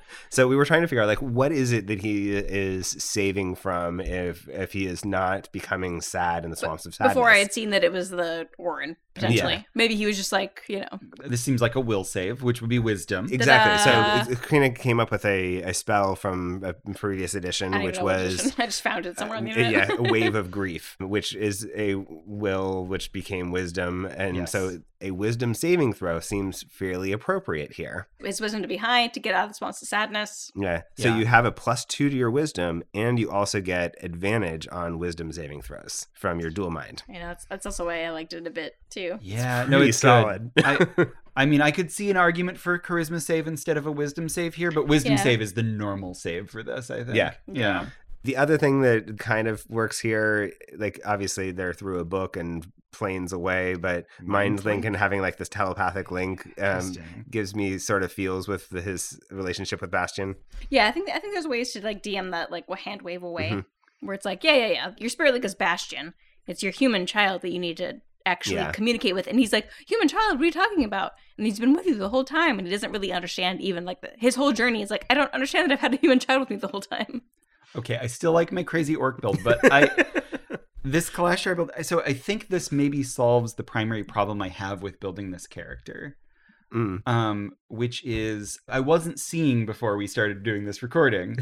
C: so we were trying to figure out like what is it that he is saving from if if he is not becoming sad in the swamps of sadness.
B: Before I had seen that it was the Orin potentially.
C: Yeah.
B: Maybe he was just like you know.
A: this seems like a will save, which would be wisdom.
C: Exactly.
B: Ta-da.
C: So Karina came up with a, a spell from a previous edition,
B: I don't
C: which
B: even know what
C: was
B: edition. I just found it somewhere on the
C: Uh, yeah,
B: internet.
C: a wave of grief, which is a will which became wisdom, and
A: Yes.
C: so a wisdom saving throw seems fairly appropriate here.
B: His wisdom to be high to get out of the swamps of sadness.
C: Yeah. So
A: Yeah.
C: you have a plus two to your wisdom, and you also get advantage on wisdom saving throws from your dual mind.
B: You know, that's, that's also why I liked it a bit too.
A: Yeah, no,
C: Pretty
A: it's
C: solid.
A: good. I, I mean, I could see an argument for charisma save instead of a wisdom save here, but wisdom
B: Yeah.
A: save is the normal save for this. I think.
C: Yeah.
A: yeah,
C: The other thing that kind of works here, like obviously they're through a book and planes away, but mind
A: Mind
C: link
A: link?
C: and having like this telepathic link um,
A: Interesting.
C: gives me sort of feels with the, his relationship with Bastion.
B: Yeah, I think I think there's ways to like DM that like wa- hand wave away,
C: Mhm.
B: where it's like, yeah, yeah, yeah, your spirit link is Bastion. It's your human child that you need to actually
C: Yeah.
B: communicate with, and he's like, human child, what are you talking about? And he's been with you the whole time, and he doesn't really understand even like the, his whole journey is like, I don't understand that I've had a human child with me the whole time.
A: Okay, I still like my crazy orc build, but I this Kalashar build. So I think this maybe solves the primary problem I have with building this character,
C: Mm.
A: um, which is I wasn't seeing before we started doing this recording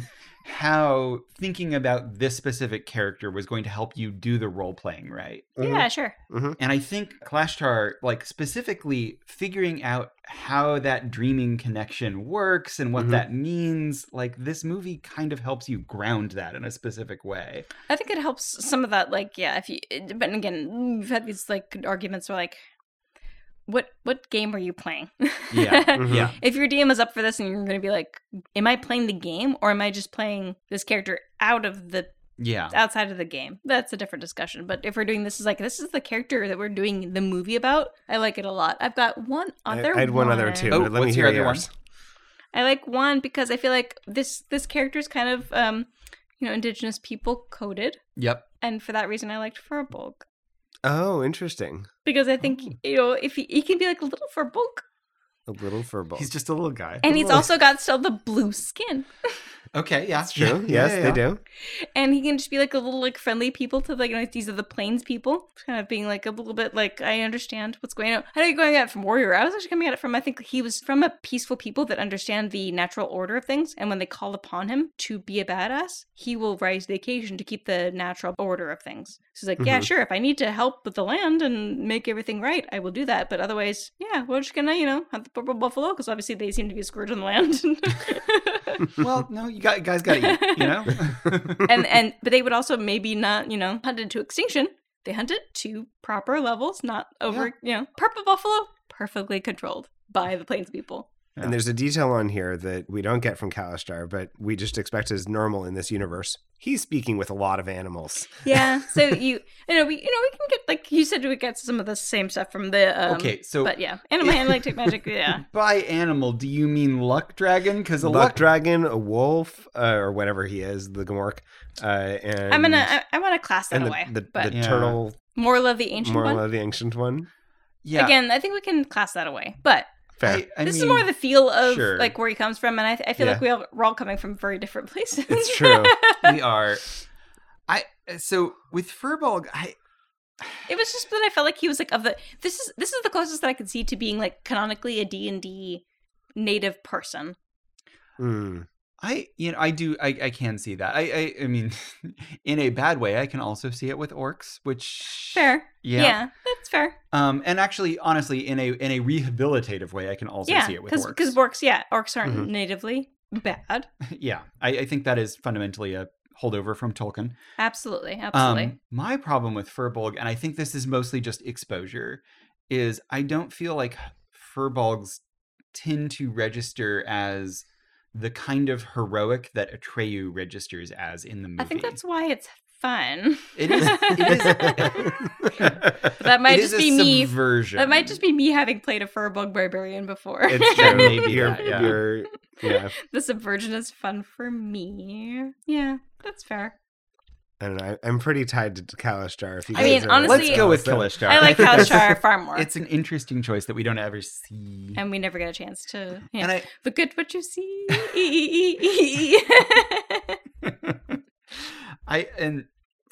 A: how thinking about this specific character was going to help you do the role playing right.
C: Mm-hmm.
B: Yeah, sure.
A: And I think Kalashtar, like specifically figuring out how that dreaming connection works and what
C: Mhm.
A: that means, like this movie kind of helps you ground that in a specific way.
B: I think it helps some of that, like, yeah, if you, it- but again, we've had these, like, arguments where, like, what what game are you playing?
A: Yeah.
C: Mhm.
A: Yeah.
B: if your DM is up for this and you're going to be like, am I playing the game or am I just playing this character out of the,
A: Yeah.
C: Oh.
B: outside of the game? That's a different discussion. But if we're doing this, is like, this is the character that we're doing the movie about. I like it a lot. I've got one
C: I,
B: other
C: I had one other too.
A: Oh,
C: but let me
A: what's your
C: hear
A: other one?
C: yours.
B: I like one because I feel like this, this character is kind of, um, you know, indigenous people coded.
A: Yep.
B: And for that reason, I liked Furbolg.
C: Oh, interesting.
B: because I think
A: Oh.
B: you know if he, he can be like a little for bulk,
C: A little furball.
A: He's just a little guy.
B: and he's
C: Really?
B: also got still the blue skin,
A: okay. Yeah.
C: That's true. yes, they do.
B: and he can just be like a little like friendly people to like you know, these are the plains people, kind of being like a little bit like I understand what's going on. I know you're going at it from warrior. I was actually coming at it from I think he was from a peaceful people that understand the natural order of things, and when they call upon him to be a badass, he will rise to the occasion to keep the natural order of things. So he's like, yeah,
C: Mhm.
B: sure, if I need to help with the land and make everything right, I will do that. But otherwise, yeah, we're just gonna you know hunt the purple buffalo because obviously they seem to be a scourge on the land.
A: Well, no, you got guys got to eat. You know.
B: and and but they would also maybe not you know hunt it to extinction they hunt it to proper levels not over you know purple buffalo perfectly controlled by the plains people
A: Yeah.
C: And there's a detail on here that we don't get from Kalistar, but we just expect as normal in this universe. He's speaking with a lot of animals.
B: Yeah. So you, you know, we, you know, we can get like you said, we get some of the same stuff from the. Um,
A: okay, so
B: But yeah, animal handling, tech magic. Yeah.
A: by animal, do you mean luck dragon? Because a
C: luck
A: luck,
C: dragon, a wolf, uh, or whatever he is, the Gamork. Uh, and
B: I'm gonna. I, I want to class that
C: and the,
B: away.
C: the,
B: but
C: the
A: Yeah.
C: turtle,
B: Morla, the ancient
C: more or
B: one.
C: less the ancient one.
A: yeah.
B: Again, I think we can class that away. But
C: Fair.
A: I- I
B: this is
A: mean,
B: more the feel of
A: sure.
B: like where he comes from, and I, th- I feel
C: Yeah.
B: like we all, we're all coming from very different places.
C: It's true.
A: we are. I so with Furbolg, I
B: it was just that I felt like he was like of the. This is this is the closest that I could see to being like canonically a D and D native person.
C: Mm.
A: I you know I do I, I can see that I, I I mean in a bad way I can also see it with orcs which
B: Fair.
A: yeah,
B: yeah that's fair.
A: um and actually honestly in a in a rehabilitative way I can also
B: yeah,
A: see it with
B: because
A: orcs Mm-hmm.
B: orcs, yeah, orcs aren't
C: Mhm.
B: natively bad.
A: yeah I, I think that is fundamentally a holdover from Tolkien
B: Absolutely, absolutely.
A: Um, my problem with Furbolg, and I think this is mostly just exposure, is I don't feel like Furbolgs tend to register as the kind of heroic that Atreyu registers as in the movie.
B: I think that's why it's fun.
A: it is. It is.
B: That might
A: it is
B: just
A: a
B: be me.
A: Subversion.
B: That might just be me having played a furbug barbarian before.
C: It's true.
A: Maybe
C: You're-
A: that, yeah.
C: you're- yeah.
B: the subversion is fun for me. Yeah, that's fair.
C: I don't know. I, I'm pretty tied to Kalistar. If you
B: I mean,
C: guys are-
B: honestly-
A: Let's go with
C: So-
A: Kalishtar.
B: I like Kalshar far more,
A: It's an interesting choice that we don't ever see.
B: and we never get a chance to yeah,
A: And I,
B: look at what you see. yeah,
A: I and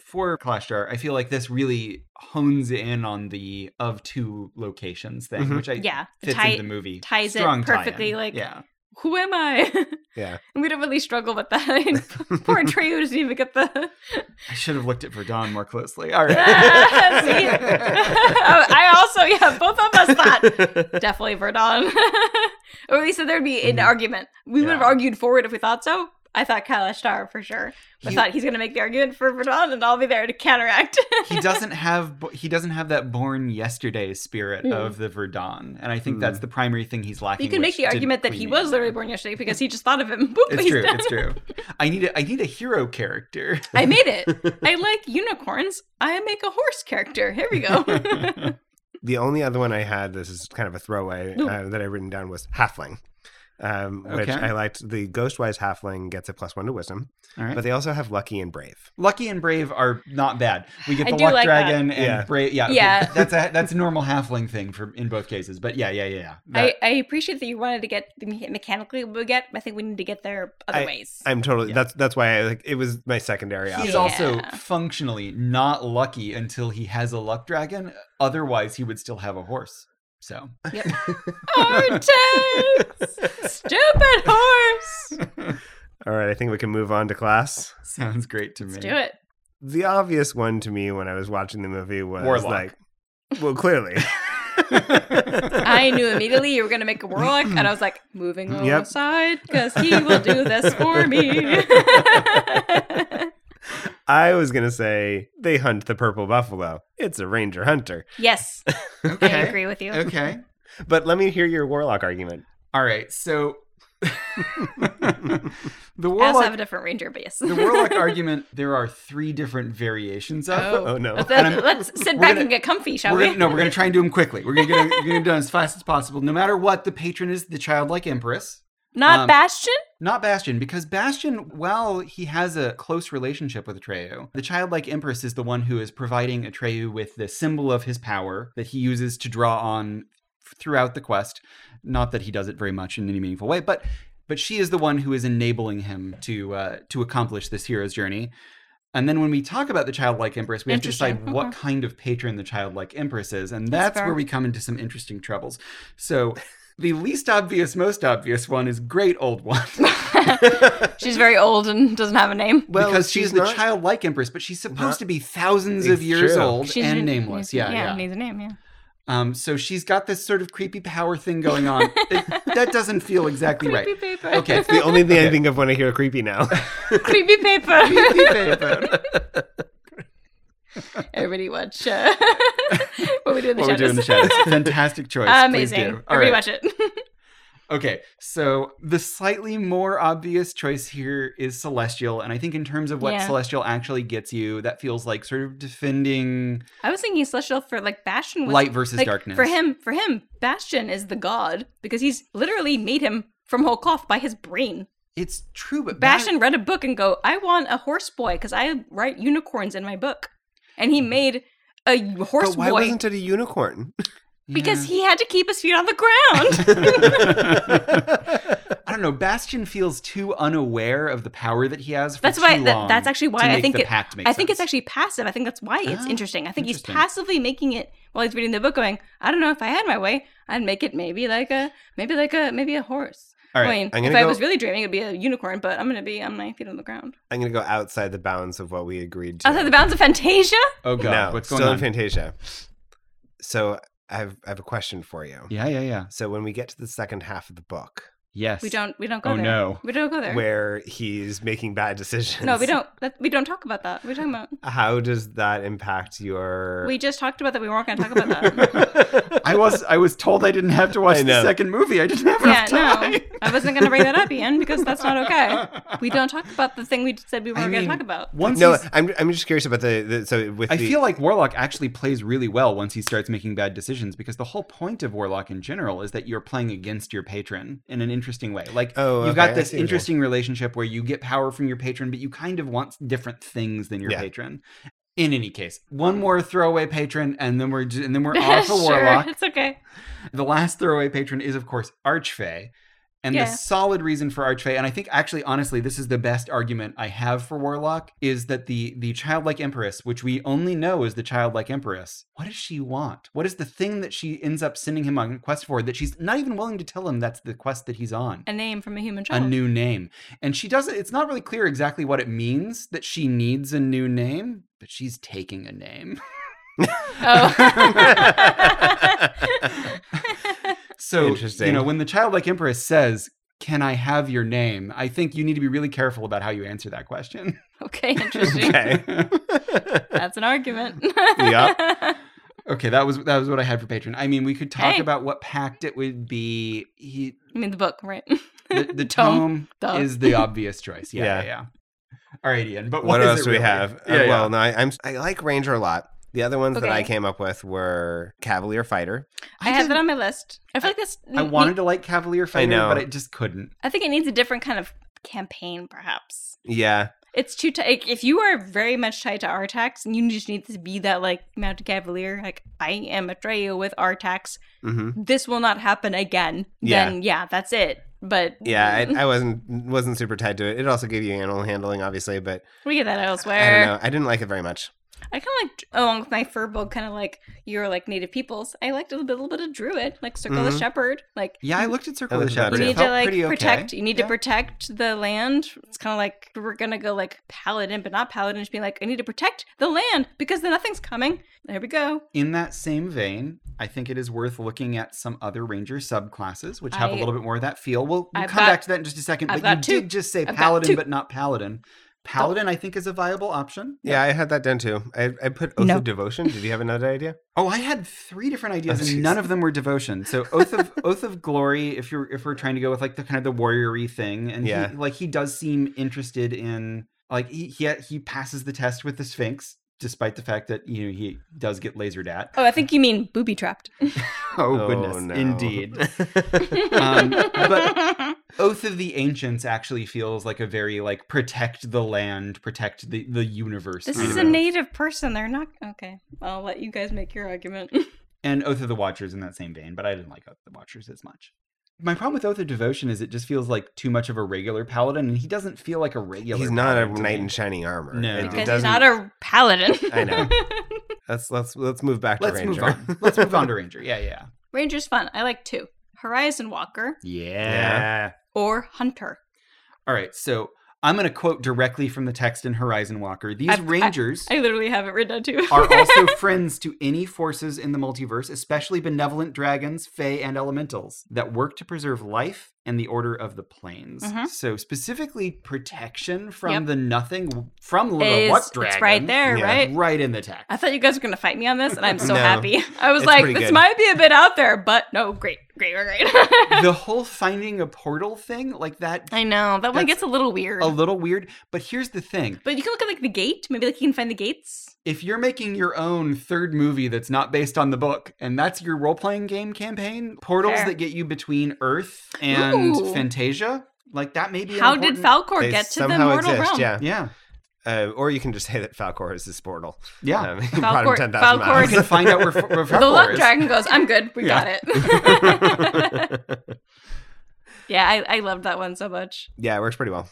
A: for Clash Jar, I feel like this really hones in on the of two locations thing,
C: Mhm.
A: which I
B: the
A: fits
B: tie-
A: into the movie
B: ties it
A: Strong tie-in.
B: perfectly, like-
A: yeah,
B: who am I?
C: Yeah.
B: and we don't really struggle with that. Poor Treyu doesn't even get the
A: I should have looked at Verdun more closely. All
B: Ah, see?
A: right.
B: Oh, I also, yeah, both of us thought definitely Verdon. or at least that there'd be an
A: Mhm.
B: argument. We would have
A: Yeah.
B: argued for it if we thought so. I thought Kyle Star for sure. I
A: He-
B: thought he's going to make the argument for Verdon, and I'll be there to counteract.
A: he doesn't have bo- he doesn't have that born yesterday spirit
B: Mm.
A: of the Verdun, and I think
C: Mm.
A: that's the primary thing he's lacking.
B: you can make
A: which
B: the
A: didn't
B: argument that he
A: Queenie
B: was
A: have.
B: literally born yesterday because he just thought of him. Boop,
A: It's
B: he's
A: true.
B: done.
A: It's true. I need a I need a hero character.
B: I made it. I like unicorns. I make a horse character. Here we go.
C: The only other one I had, this is kind of a throwaway
B: Ooh.
C: uh, that I've written down, was Halfling, um, which
A: Okay.
C: I liked. The Ghostwise Halfling gets a plus one to Wisdom,
A: All right.
C: but they also have Lucky and Brave.
A: Lucky and Brave are not bad. We get
B: I
A: the
B: do
A: Luck
B: like that.
A: Dragon and
C: Yeah.
A: Brave. Yeah, okay.
B: Yeah.
A: That's a that's a normal halfling thing for in both cases. But yeah, yeah, yeah. yeah.
B: I,
A: That-
B: I appreciate that you wanted to get the me- mechanically we get. I think we need to get there other ways.
C: I'm totally.
A: Yeah.
C: That's that's why I like. It was my secondary
A: he's
C: option.
A: also
B: Yeah.
A: functionally not lucky until he has a Luck Dragon. Otherwise, he would still have a horse. So
B: Yep. Hortense! Stupid horse!
C: All right, I think we can move on to class.
A: sounds great to
B: Let's
A: me.
B: do it.
C: The obvious one to me when I was watching the movie was
A: Warlock.
C: like, well, clearly,
B: I knew immediately you were going to make a warlock, and I was like, moving
C: Yep.
B: over aside because he will do this for me.
C: I was gonna say they hunt the purple buffalo. It's a ranger hunter.
B: yes, I
A: Okay.
B: agree with you.
A: Okay.
C: But let me hear your warlock argument.
A: All right. So the
B: I also have
A: warlock
B: a different ranger, but yes.
A: the warlock argument. There are three different variations of.
B: Oh.
C: Oh no.
B: Let's,
A: and I'm-
B: let's sit
A: we're
B: back
A: gonna-
B: and get comfy, shall
A: we're
B: we?
A: Gonna, no, we're gonna try and do them quickly. We're gonna get we're gonna do them as fast as possible. No matter what, the patron is the childlike empress,
B: Not
A: um,
B: Bastion?
A: not Bastion, because Bastion, while he has a close relationship with Atreyu, the childlike empress is the one who is providing Atreyu with the symbol of his power that he uses to draw on throughout the quest. Not that he does it very much in any meaningful way, but but she is the one who is enabling him to uh, to accomplish this hero's journey. And then when we talk about the childlike empress, we have to
B: Interesting.
A: decide what
B: Okay.
A: kind of patron the childlike empress is, and that's
B: fair.
A: where we come into some interesting troubles. So. The least obvious, most obvious one is great old one.
B: She's very old and doesn't have a name.
C: Well,
A: because she's,
C: she's
A: the
C: not-
A: childlike empress, but she's supposed
C: Not-
A: to be thousands of
C: It's
A: years
C: true.
A: old
B: She's
A: and nameless. Yeah, yeah.
B: needs a name, yeah.
A: Um, so she's got this sort of creepy power thing going on. It- that doesn't feel exactly right.
B: Creepy paper.
A: Okay.
C: The only thing I
A: Okay.
C: think of when I hear creepy now.
B: Creepy paper.
A: Creepy paper.
B: Everybody watch uh, what we do in the
A: What we do in the
B: shadows.
A: shadows. Fantastic choice. Please
B: Amazing.
A: do. All
B: Everybody
A: right.
B: watch it.
A: Okay, so the slightly more obvious choice here is Celestial. And I think, in terms of what
B: Yeah.
A: Celestial actually gets you, that feels like sort of defending
B: I was thinking Celestial for like Bastion was
A: light versus
B: like,
A: darkness.
B: For him, for him, Bastion is the god because he's literally made him from whole cloth by his brain.
A: It's true, but Bash
B: Bastion read a book and go, I want a horse boy because I write unicorns in my book. And
A: Hmm.
B: he made a horse
C: But why
B: boy
C: wasn't it a unicorn?
B: because he had to keep his feet on the ground.
A: I don't know. Bastion feels too unaware of the power that he has. For
B: That's why-
A: too
B: that-
A: long
B: that's actually why
A: to
B: I
A: make
B: think
A: the
B: it-
A: pact make
B: I think it's
A: sense.
B: actually passive. I think that's why it's
A: Ah,
B: interesting. I think he's
A: interesting.
B: passively making it while he's reading the book, going, I don't know if I had my way, I'd make it maybe like a maybe like a maybe a horse.
A: All
B: I
A: right.
B: mean,
C: I'm
B: if
C: gonna
B: I
C: go-
B: was really dreaming, it'd be a unicorn, but I'm gonna be on my feet on the ground.
C: I'm going to go outside the bounds of what we agreed to.
B: Outside the bounds of Fantasia?
A: Oh god,
C: no,
A: what's going
C: still
A: on?
C: in Fantasia. So I have, I have a question for you.
A: yeah, yeah, yeah.
C: So when we get to the second half of the book,
A: Yes.
B: We don't we don't go
A: Oh
B: there.
A: no.
B: We don't go there.
C: where he's making bad decisions,
B: No, we don't. That, we don't talk about that. We're talking about.
C: How does that impact your?
B: We just talked about that. We weren't going to talk about that.
A: I was I was told I didn't have to watch
C: I
A: the
C: know.
A: second movie. I didn't have
B: yeah,
A: enough time.
B: no, I wasn't going to bring that up, Ian, because that's not okay. We don't talk about the thing we said we
A: I
B: weren't going
A: mean,
B: to talk about.
A: Once
C: No,
A: he's-
C: I'm I'm just curious about the, the so with
A: I
C: the,
A: feel like Warlock actually plays really well once he starts making bad decisions because the whole point of Warlock in general is that you're playing against your patron in an interesting way. Like
C: Oh,
A: you've
C: okay, I
A: got this
C: see what you're saying.
A: interesting relationship where you get power from your patron, but you kind of want different things than your
C: Yeah.
A: patron. In any case, one more throwaway patron, and then we're j- and then we're off for
B: sure,
A: Warlock.
B: it's okay.
A: The last throwaway patron is, of course, Archfey. And
B: Yeah.
A: the solid reason for Archfey, and I think actually, honestly, this is the best argument I have for Warlock, is that the the childlike empress, which we only know is the childlike empress, what does she want? What is the thing that she ends up sending him on a quest for that she's not even willing to tell him that's the quest that he's on?
B: A name from a human
A: a
B: child.
A: new name. And she doesn't, it's not really clear exactly what it means that she needs a new name, but she's taking a name.
B: oh.
A: So you
C: Interesting.
A: know, when the childlike empress says, "Can I have your name?" I think you need to be really careful about how you answer that question.
B: okay, interesting.
C: Okay.
B: That's an argument.
C: Yep.
A: okay, that was that was what I had for patron. I mean, we could talk
B: Hey.
A: about what pact it would be. He
B: I mean the book, right?
A: the, the tome
B: Tome. Duh.
A: is the obvious choice. Yeah, yeah.
C: Yeah.
A: yeah. All right, Ian. But
C: what,
A: is
C: else
A: it
C: do we
A: really?
C: have? Uh,
A: Yeah, yeah.
C: Well, no, I, I'm I like Ranger a lot. The other ones that I
B: Okay.
C: came up with were Cavalier Fighter.
B: I, had
A: didn't-
B: that on my list. I feel like this.
A: I wanted to like Cavalier Fighter,
C: know.
A: but I just couldn't.
B: I think it needs a different kind of campaign, perhaps.
C: Yeah,
B: It's too tight. Like, if you are very much tied to Artax, and you just need to be that like mounted cavalier, like I am Atreyu with Artax,
C: hmm
B: this will not happen again.
C: Yeah.
B: Then yeah, that's it. But
C: yeah.
B: Mm.
C: I, I wasn't wasn't super tied to it. It also gave you animal handling, obviously, but
B: we get that
C: I
B: elsewhere.
C: don't know. I didn't like it very much.
B: I, kind of like along with my furball, kind of like your like native peoples. I liked a little bit, little bit of druid, like circle the
C: Mhm.
B: shepherd, like.
A: Mm-hmm. Yeah, I looked at Circle
C: I
A: of the
C: looked at that
A: Shadows.
B: You
A: It
B: need
C: too.
A: felt
B: to like
A: pretty okay.
B: protect. You need
A: Yeah.
B: to protect the land. It's kind of like we're gonna go like paladin, but not paladin. Just being like, I need to protect the land because then nothing's coming. There we go.
A: in that same vein, I think it is worth looking at some other ranger subclasses, which have a
B: I-
A: little bit more of that feel. We'll, we'll
B: I've
A: come
B: got-
A: back to that in just a 2nd
B: I've
A: but
B: got
A: you
B: two.
A: did just say
B: got
A: paladin,
B: two.
A: but not paladin. Paladin, I think, is a viable option.
C: Yeah, I had that done too. I, I put Oath
B: No.
C: of Devotion. Did you have another idea?
A: Oh, I had three different ideas,
C: Oh,
A: and
C: jeez.
A: none of them were devotion. So oath of oath of glory, if you're if we're trying to go with like the kind of the warriory thing, and he-
C: Yeah.
A: like he does seem interested in like he he he passes the test with the Sphinx, despite the fact that you know he does get lasered at.
B: Oh, I think you mean booby trapped.
A: Oh, goodness,
C: no.
A: indeed. Um, but Oath of the Ancients actually feels like a very like protect the land, protect the the universe.
B: this
A: kind
B: is
A: of
B: a
A: oath.
B: native person. They're not okay. I'll let you guys make your argument.
A: and Oath of the Watchers in that same vein, but I didn't like Oath of the Watchers as much. My problem with Oath of Devotion is it just feels like too much of a regular paladin, and he doesn't feel like a regular.
C: he's not a
A: paladin to
C: knight
A: me.
C: in shining armor.
A: No.
C: It-
A: Because
C: it
B: because he's
C: doesn't-
B: not a paladin.
C: I know. Let's let's let's move back to
A: Let's
C: Ranger.
A: move on. Let's move on to Ranger. Yeah, yeah,
B: Ranger's fun. I like two. Horizon Walker
A: yeah.
B: or Hunter.
A: All right, so I'm going to quote directly from the text in Horizon Walker. These
B: I've- I-
A: rangers.
B: I literally have it written down too.
A: are also friends to any forces in the multiverse, especially benevolent dragons, fae, and elementals that work to preserve life and the order of the planes.
B: Mhm.
A: So specifically protection from
B: Yep.
A: the nothing from the
B: Is-
A: what dragon?
B: it's right there,
C: Yeah.
B: right?
A: right in the text.
B: I thought you guys were going to fight me on this, and I'm so
C: No.
B: happy. I was
C: It's
B: like,
C: pretty
B: this
C: good.
B: might be a bit out there, but no, great, great, we're great.
A: the whole finding a portal thing, like that,
B: I know that one
A: That's
B: gets a little weird.
A: a little weird. But here's the thing
B: but you can look at like the gate. Maybe like you can find the gates.
A: if you're making your own third movie that's not based on the book, and that's your role playing game campaign, portals
B: Fair.
A: that get you between Earth and
B: Ooh.
A: Fantasia, like that may be. an
B: How did
A: important-
B: Falcor
C: They
B: get to the
C: somehow
B: mortal
C: exist,
B: realm?
C: yeah.
A: Yeah,
C: Uh, or you can just say that Falcor is this portal.
A: yeah.
C: Um, he brought him
B: Falcor-
C: 10,000
B: Falcor
A: you
C: miles.
A: can find out where, F- where
B: the
A: Falcor
B: luck
A: is.
B: dragon goes, I'm good. We
A: Yeah.
B: got it. yeah, I, I loved that one so much.
C: yeah, it works pretty well.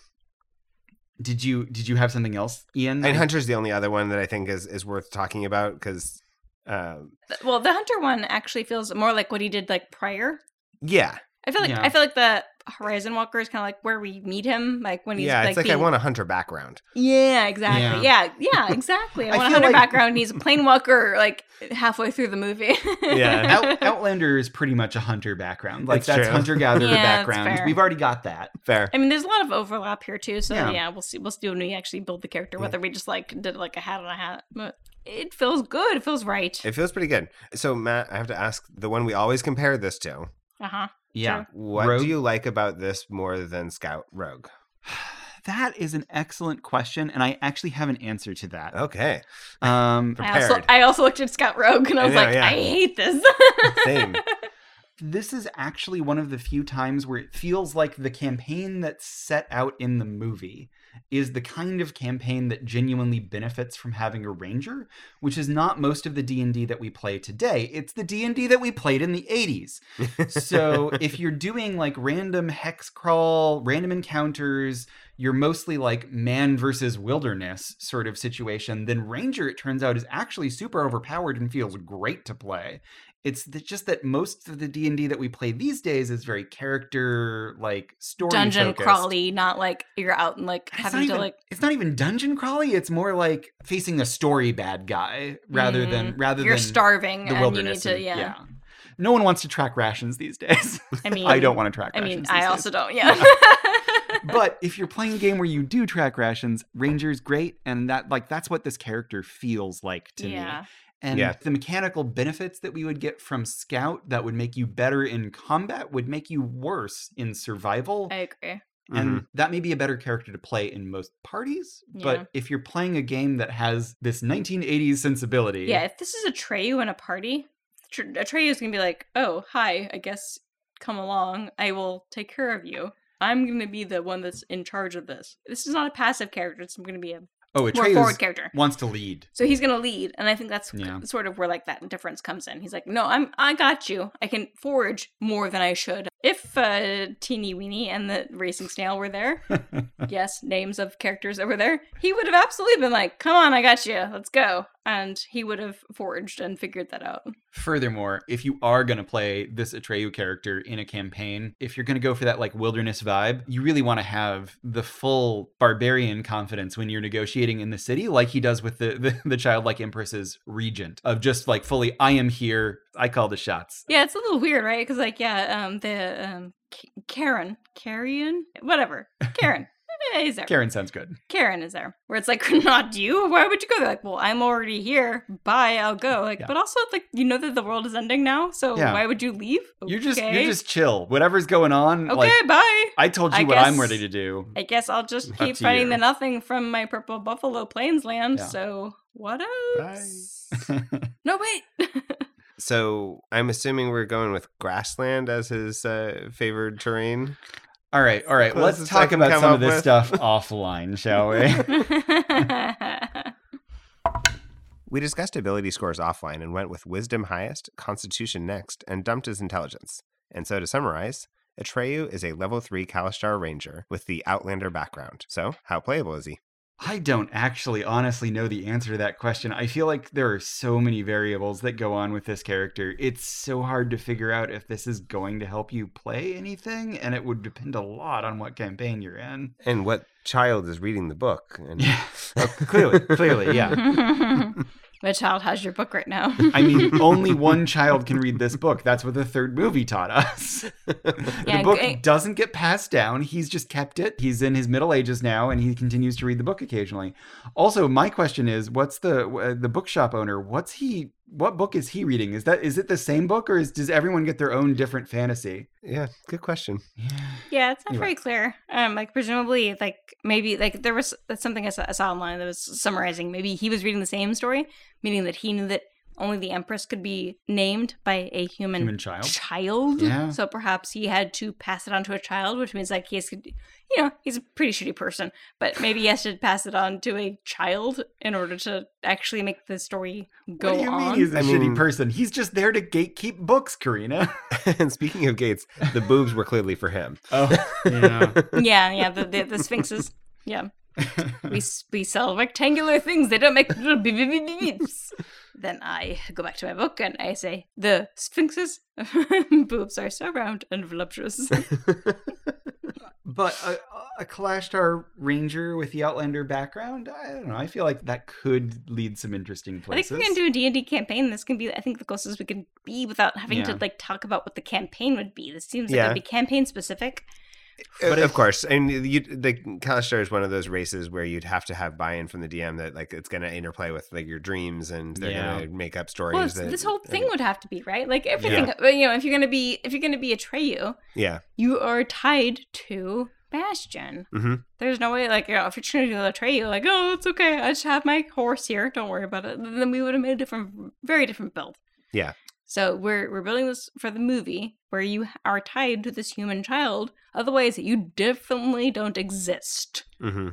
A: Did you did you have something else, Ian?
C: And Hunter's the only other one that I think is, is worth talking about because, um,
B: Th- Well, the hunter one actually feels more like what he did like prior.
C: yeah,
B: I feel like
A: Yeah.
B: I feel like the Horizon Walker is kind of like where we meet him, like when he's
C: yeah,
B: like,
C: it's like I
B: being-
C: want a Hunter background.
B: Yeah, exactly. Yeah, yeah, exactly. I,
A: I
B: want a
A: feel
B: hunter
A: like-
B: background. And he's a plane walker, like halfway through the movie.
C: Yeah.
A: Out- Outlander is pretty much a hunter background. Like
C: It's
A: that's
C: true.
A: hunter gatherer
B: Yeah, that's
A: background.
B: fair.
A: We've already got that.
C: Fair.
B: I mean, there's a lot of overlap here too. So
A: Yeah.
B: yeah, we'll see. We'll see when we actually build the character
C: Yeah.
B: whether we just like did like a hat on a hat. But it feels good. It feels right.
C: It feels pretty good. So, Matt, I have to ask the one we always compare this to.
B: Uh huh.
A: Yeah.
C: What
A: Rogue?
C: do you like about this more than Scout Rogue?
A: That is an excellent question, and I actually have an answer to that.
C: Okay.
A: Um,
B: I also
C: Prepared.
B: I also looked at Scout Rogue and I
C: I
B: was
C: know,
B: like,
C: yeah.
B: I hate this.
C: Same.
A: this is actually one of the few times where it feels like the campaign that's set out in the movie is the kind of campaign that genuinely benefits from having a ranger which is not most of the d&d that we play today it's the d&d that we played in the 80s so if you're doing like random hex crawl random encounters you're mostly like man versus wilderness sort of situation then ranger it turns out is actually super overpowered and feels great to play it's th- just that most of the d&d that we play these days is very character like story
B: Dungeon
A: focused.
B: crawly, not like you're out and like
A: It's not
B: having to
A: even-
B: like.
A: it's not even dungeon crawly it's more like facing a story bad guy rather than rather
B: Mm-hmm. You're
A: than
B: starving
A: the
B: and you need
A: wilderness
B: to.
A: and-
B: yeah.
A: no one wants to track rations these days
B: I mean,
A: i don't want to track
B: I mean,
A: rations
B: I
A: these
B: also
A: days.
B: don't. Yeah.
A: but if you're playing a game where you do track rations ranger's great and that like that's what this character feels like to me
B: yeah.
A: and
C: Yeah.
A: the mechanical benefits that we would get from Scout that would make you better in combat would make you worse in survival.
B: I agree.
C: Mm-hmm.
A: And that may be a better character to play in most parties.
B: Yeah.
A: But if you're playing a game that has this 1980s sensibility,
B: Yeah, if this is a Treyu in a party, Tr- Atreyu is gonna be like, "Oh, hi. I guess come along. I will take care of you. I'm gonna be the one that's in charge of this. This is not a passive character. It's gonna be a
A: oh,
B: more
A: Atreus
B: forward character.
A: wants to lead.
B: So he's gonna lead, and I think that's
A: Yeah.
B: sort of where like that difference comes in. He's like, "No, I'm I got you. I can forage more than I should." If uh, Teeny Weeny and the Racing Snail were there, yes, names of characters over there, he would have absolutely been like, "Come on, I got you. Let's go," and he would have foraged and figured that out.
A: Furthermore, if you are going to play this Atreyu character in a campaign, if you're going to go for that like wilderness vibe, you really want to have the full barbarian confidence when you're negotiating in the city, like he does with the the, the childlike empress's regent of just like fully, I am here, I call the shots.
B: Yeah, it's a little weird, right? Because like, yeah, um, the um, K- Karen, Carrion, whatever, Karen. eh, He's there.
A: Karen sounds good.
B: Karen is there, where it's like, not you. Why would you go? They're like, well, I'm already here. Bye, I'll go. Like,
A: Yeah.
B: but also, like, you know that the world is ending now, so
A: Yeah.
B: why would you leave?
A: You're just
B: Okay.
A: you're just chill. Whatever's going on,
B: okay.
A: like
B: bye.
A: I told you
B: I
A: what I'm
B: guess-
A: ready to do.
B: I guess I'll just
A: Up
B: keep
A: to
B: fighting
A: you.
B: the nothing from my purple buffalo plains land.
A: Yeah.
B: So what
C: Bye.
B: else? no wait.
C: So I'm assuming we're going with grassland as his uh, favored terrain.
A: all right, all right.
C: Closest
A: Let's
C: I
A: talk
C: can
A: about
C: come
A: some
C: up
A: of this
C: with.
A: stuff offline, shall we?
C: We discussed ability scores offline and went with wisdom highest, constitution next, and dumped his intelligence. And so to summarize, Atreyu is a level 3 Kalashtar Ranger with the Outlander background. So, how playable is he?
A: I don't actually honestly know the answer to that question. I feel like there are so many variables that go on with this character. It's so hard to figure out if this is going to help you play anything, and it would depend a lot on what campaign you're in.
C: And what child is reading the book? And Oh,
A: Yeah. Oh, clearly, clearly, yeah.
B: My child has your book right now.
A: I mean, only one child can read this book. That's what the third movie taught us. the
B: Yeah,
A: book
B: great.
A: doesn't get passed down. He's just kept it. He's in his middle ages now, and he continues to read the book occasionally. Also, my question is, what's the uh, the bookshop owner? What's he What book is he reading? Is that is it the same book, or is, does everyone get their own different fantasy?
C: Yeah, good question.
A: Yeah.
B: Yeah, it's not
A: You're
B: very
A: right.
B: clear. Um, like presumably, like maybe like there was that's something I saw, I saw online that was summarizing. Maybe he was reading the same story, meaning that he knew that only the Empress could be named by a human,
A: Human child.
B: child.
A: Yeah.
B: So perhaps he had to pass it on to a child, which means like he's, you know, he's a pretty shitty person, but maybe he has to pass it on to a child in order to actually make the story go
A: what do you
B: on.
A: mean he's a
C: I
A: shitty
C: mean-
A: person? He's just there to gatekeep books, Karina.
C: and speaking of Gates, the boobs were clearly for him.
A: Oh, yeah.
B: yeah, yeah, the, the, the sphinxes. Yeah. we, s- we sell rectangular things. They don't make little beep, beep, beep, beep, beeps. Then I go back to my book and I say, the sphinx's boobs are so round and voluptuous.
A: but a, a Kalashtar ranger with the Outlander background, I don't know. I feel like that could lead some interesting
B: I think
A: places.
B: we can do a D&D campaign. This can be, I think, the closest we can be without having to,
A: Yeah.
B: like, talk about what the campaign would be. This seems like
C: Yeah.
B: it'd be campaign-specific.
C: Uh, of course, and you like Calistar is one of those races where you'd have to have buy-in from the DM that like it's going to interplay with like your dreams and they're
A: Yeah.
C: going to make up stories.
B: Well, it's-
C: that,
B: this whole
C: I
B: thing
C: mean,
B: would have to be, right? Like, everything, uh, you know, if you're going to be, if you're going to be Atreyu,
C: yeah,
B: you are tied to Bastion.
C: Mhm.
B: There's no way, like, you know, if you're trying to do a tray, you're like, oh, it's okay. I just have my horse here. Don't worry about it. Then we would have made a different, very different build.
C: Yeah.
B: So we're we're building this for the movie where you are tied to this human child. Otherwise, you definitely don't exist.
C: hmm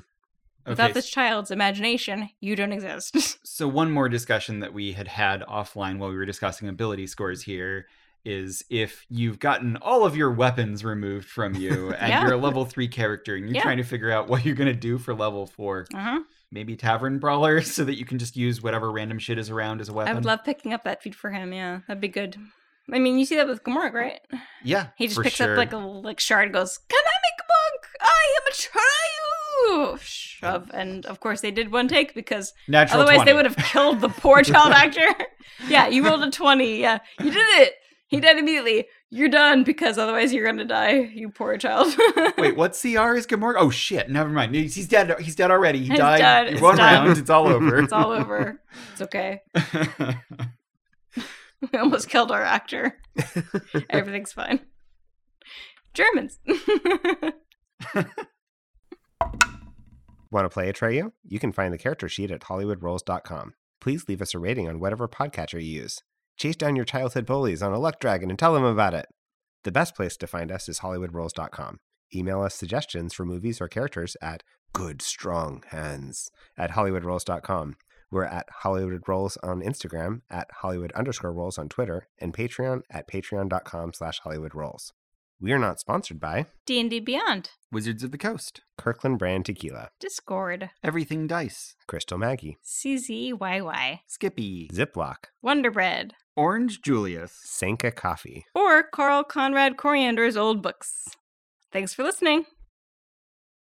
B: Without this child's imagination, you don't exist.
A: so one more discussion that we had had offline while we were discussing ability scores here is if you've gotten all of your weapons removed from you and
B: Yeah.
A: you're a level three character and you're
B: Yeah.
A: trying to figure out what you're going to do for level four
B: uh-huh.
A: maybe tavern brawler so that you can just use whatever random shit is around as a weapon
B: I would love picking up that feed for him. Yeah, that'd be good. I mean, you see that with Gamorg, right?
A: yeah
B: He just
A: for
B: picks
A: sure.
B: up like a little, like shard and goes, Come at me, Kabunk! I am a Atreyu! Shove. And of course they did one take because
A: natural
B: otherwise they
A: 20.
B: would have killed the poor child actor. yeah, you rolled a 20. Yeah, you did it. He died immediately. You're done because otherwise you're going to die, you poor child.
A: Wait, what CR is Gamora? Oh shit! Never mind. He's he's dead. He's dead already. He
B: He's
A: died.
B: dead. It's
A: One
B: done.
A: round. It's all over.
B: It's all over. It's okay. We almost killed our actor. Everything's fine. Germans.
C: Want to play Atreyu? You can find the character sheet at HollywoodRolls.com. Please leave us a rating on whatever podcatcher you use. Chase down your childhood bullies on a luck dragon and tell them about it. The best place to find us is HollywoodRolls.com. Email us suggestions for movies or characters at good strong hands at HollywoodRolls.com. We're at Hollywood Rolls on Instagram, at Hollywood underscore rolls on Twitter, and Patreon at patreon.com slash Hollywood Rolls. We are not sponsored by
B: D&D Beyond.
A: Wizards of the Coast.
C: Kirkland Brand Tequila,
B: Discord.
A: Everything dice.
C: Crystal Maggie,
B: CZYY.
A: Skippy.
C: Ziploc,
B: Wonder Bread.
A: Orange Julius.
C: Sanka Coffee.
B: or Carl Conrad Coriander's old books. Thanks for listening.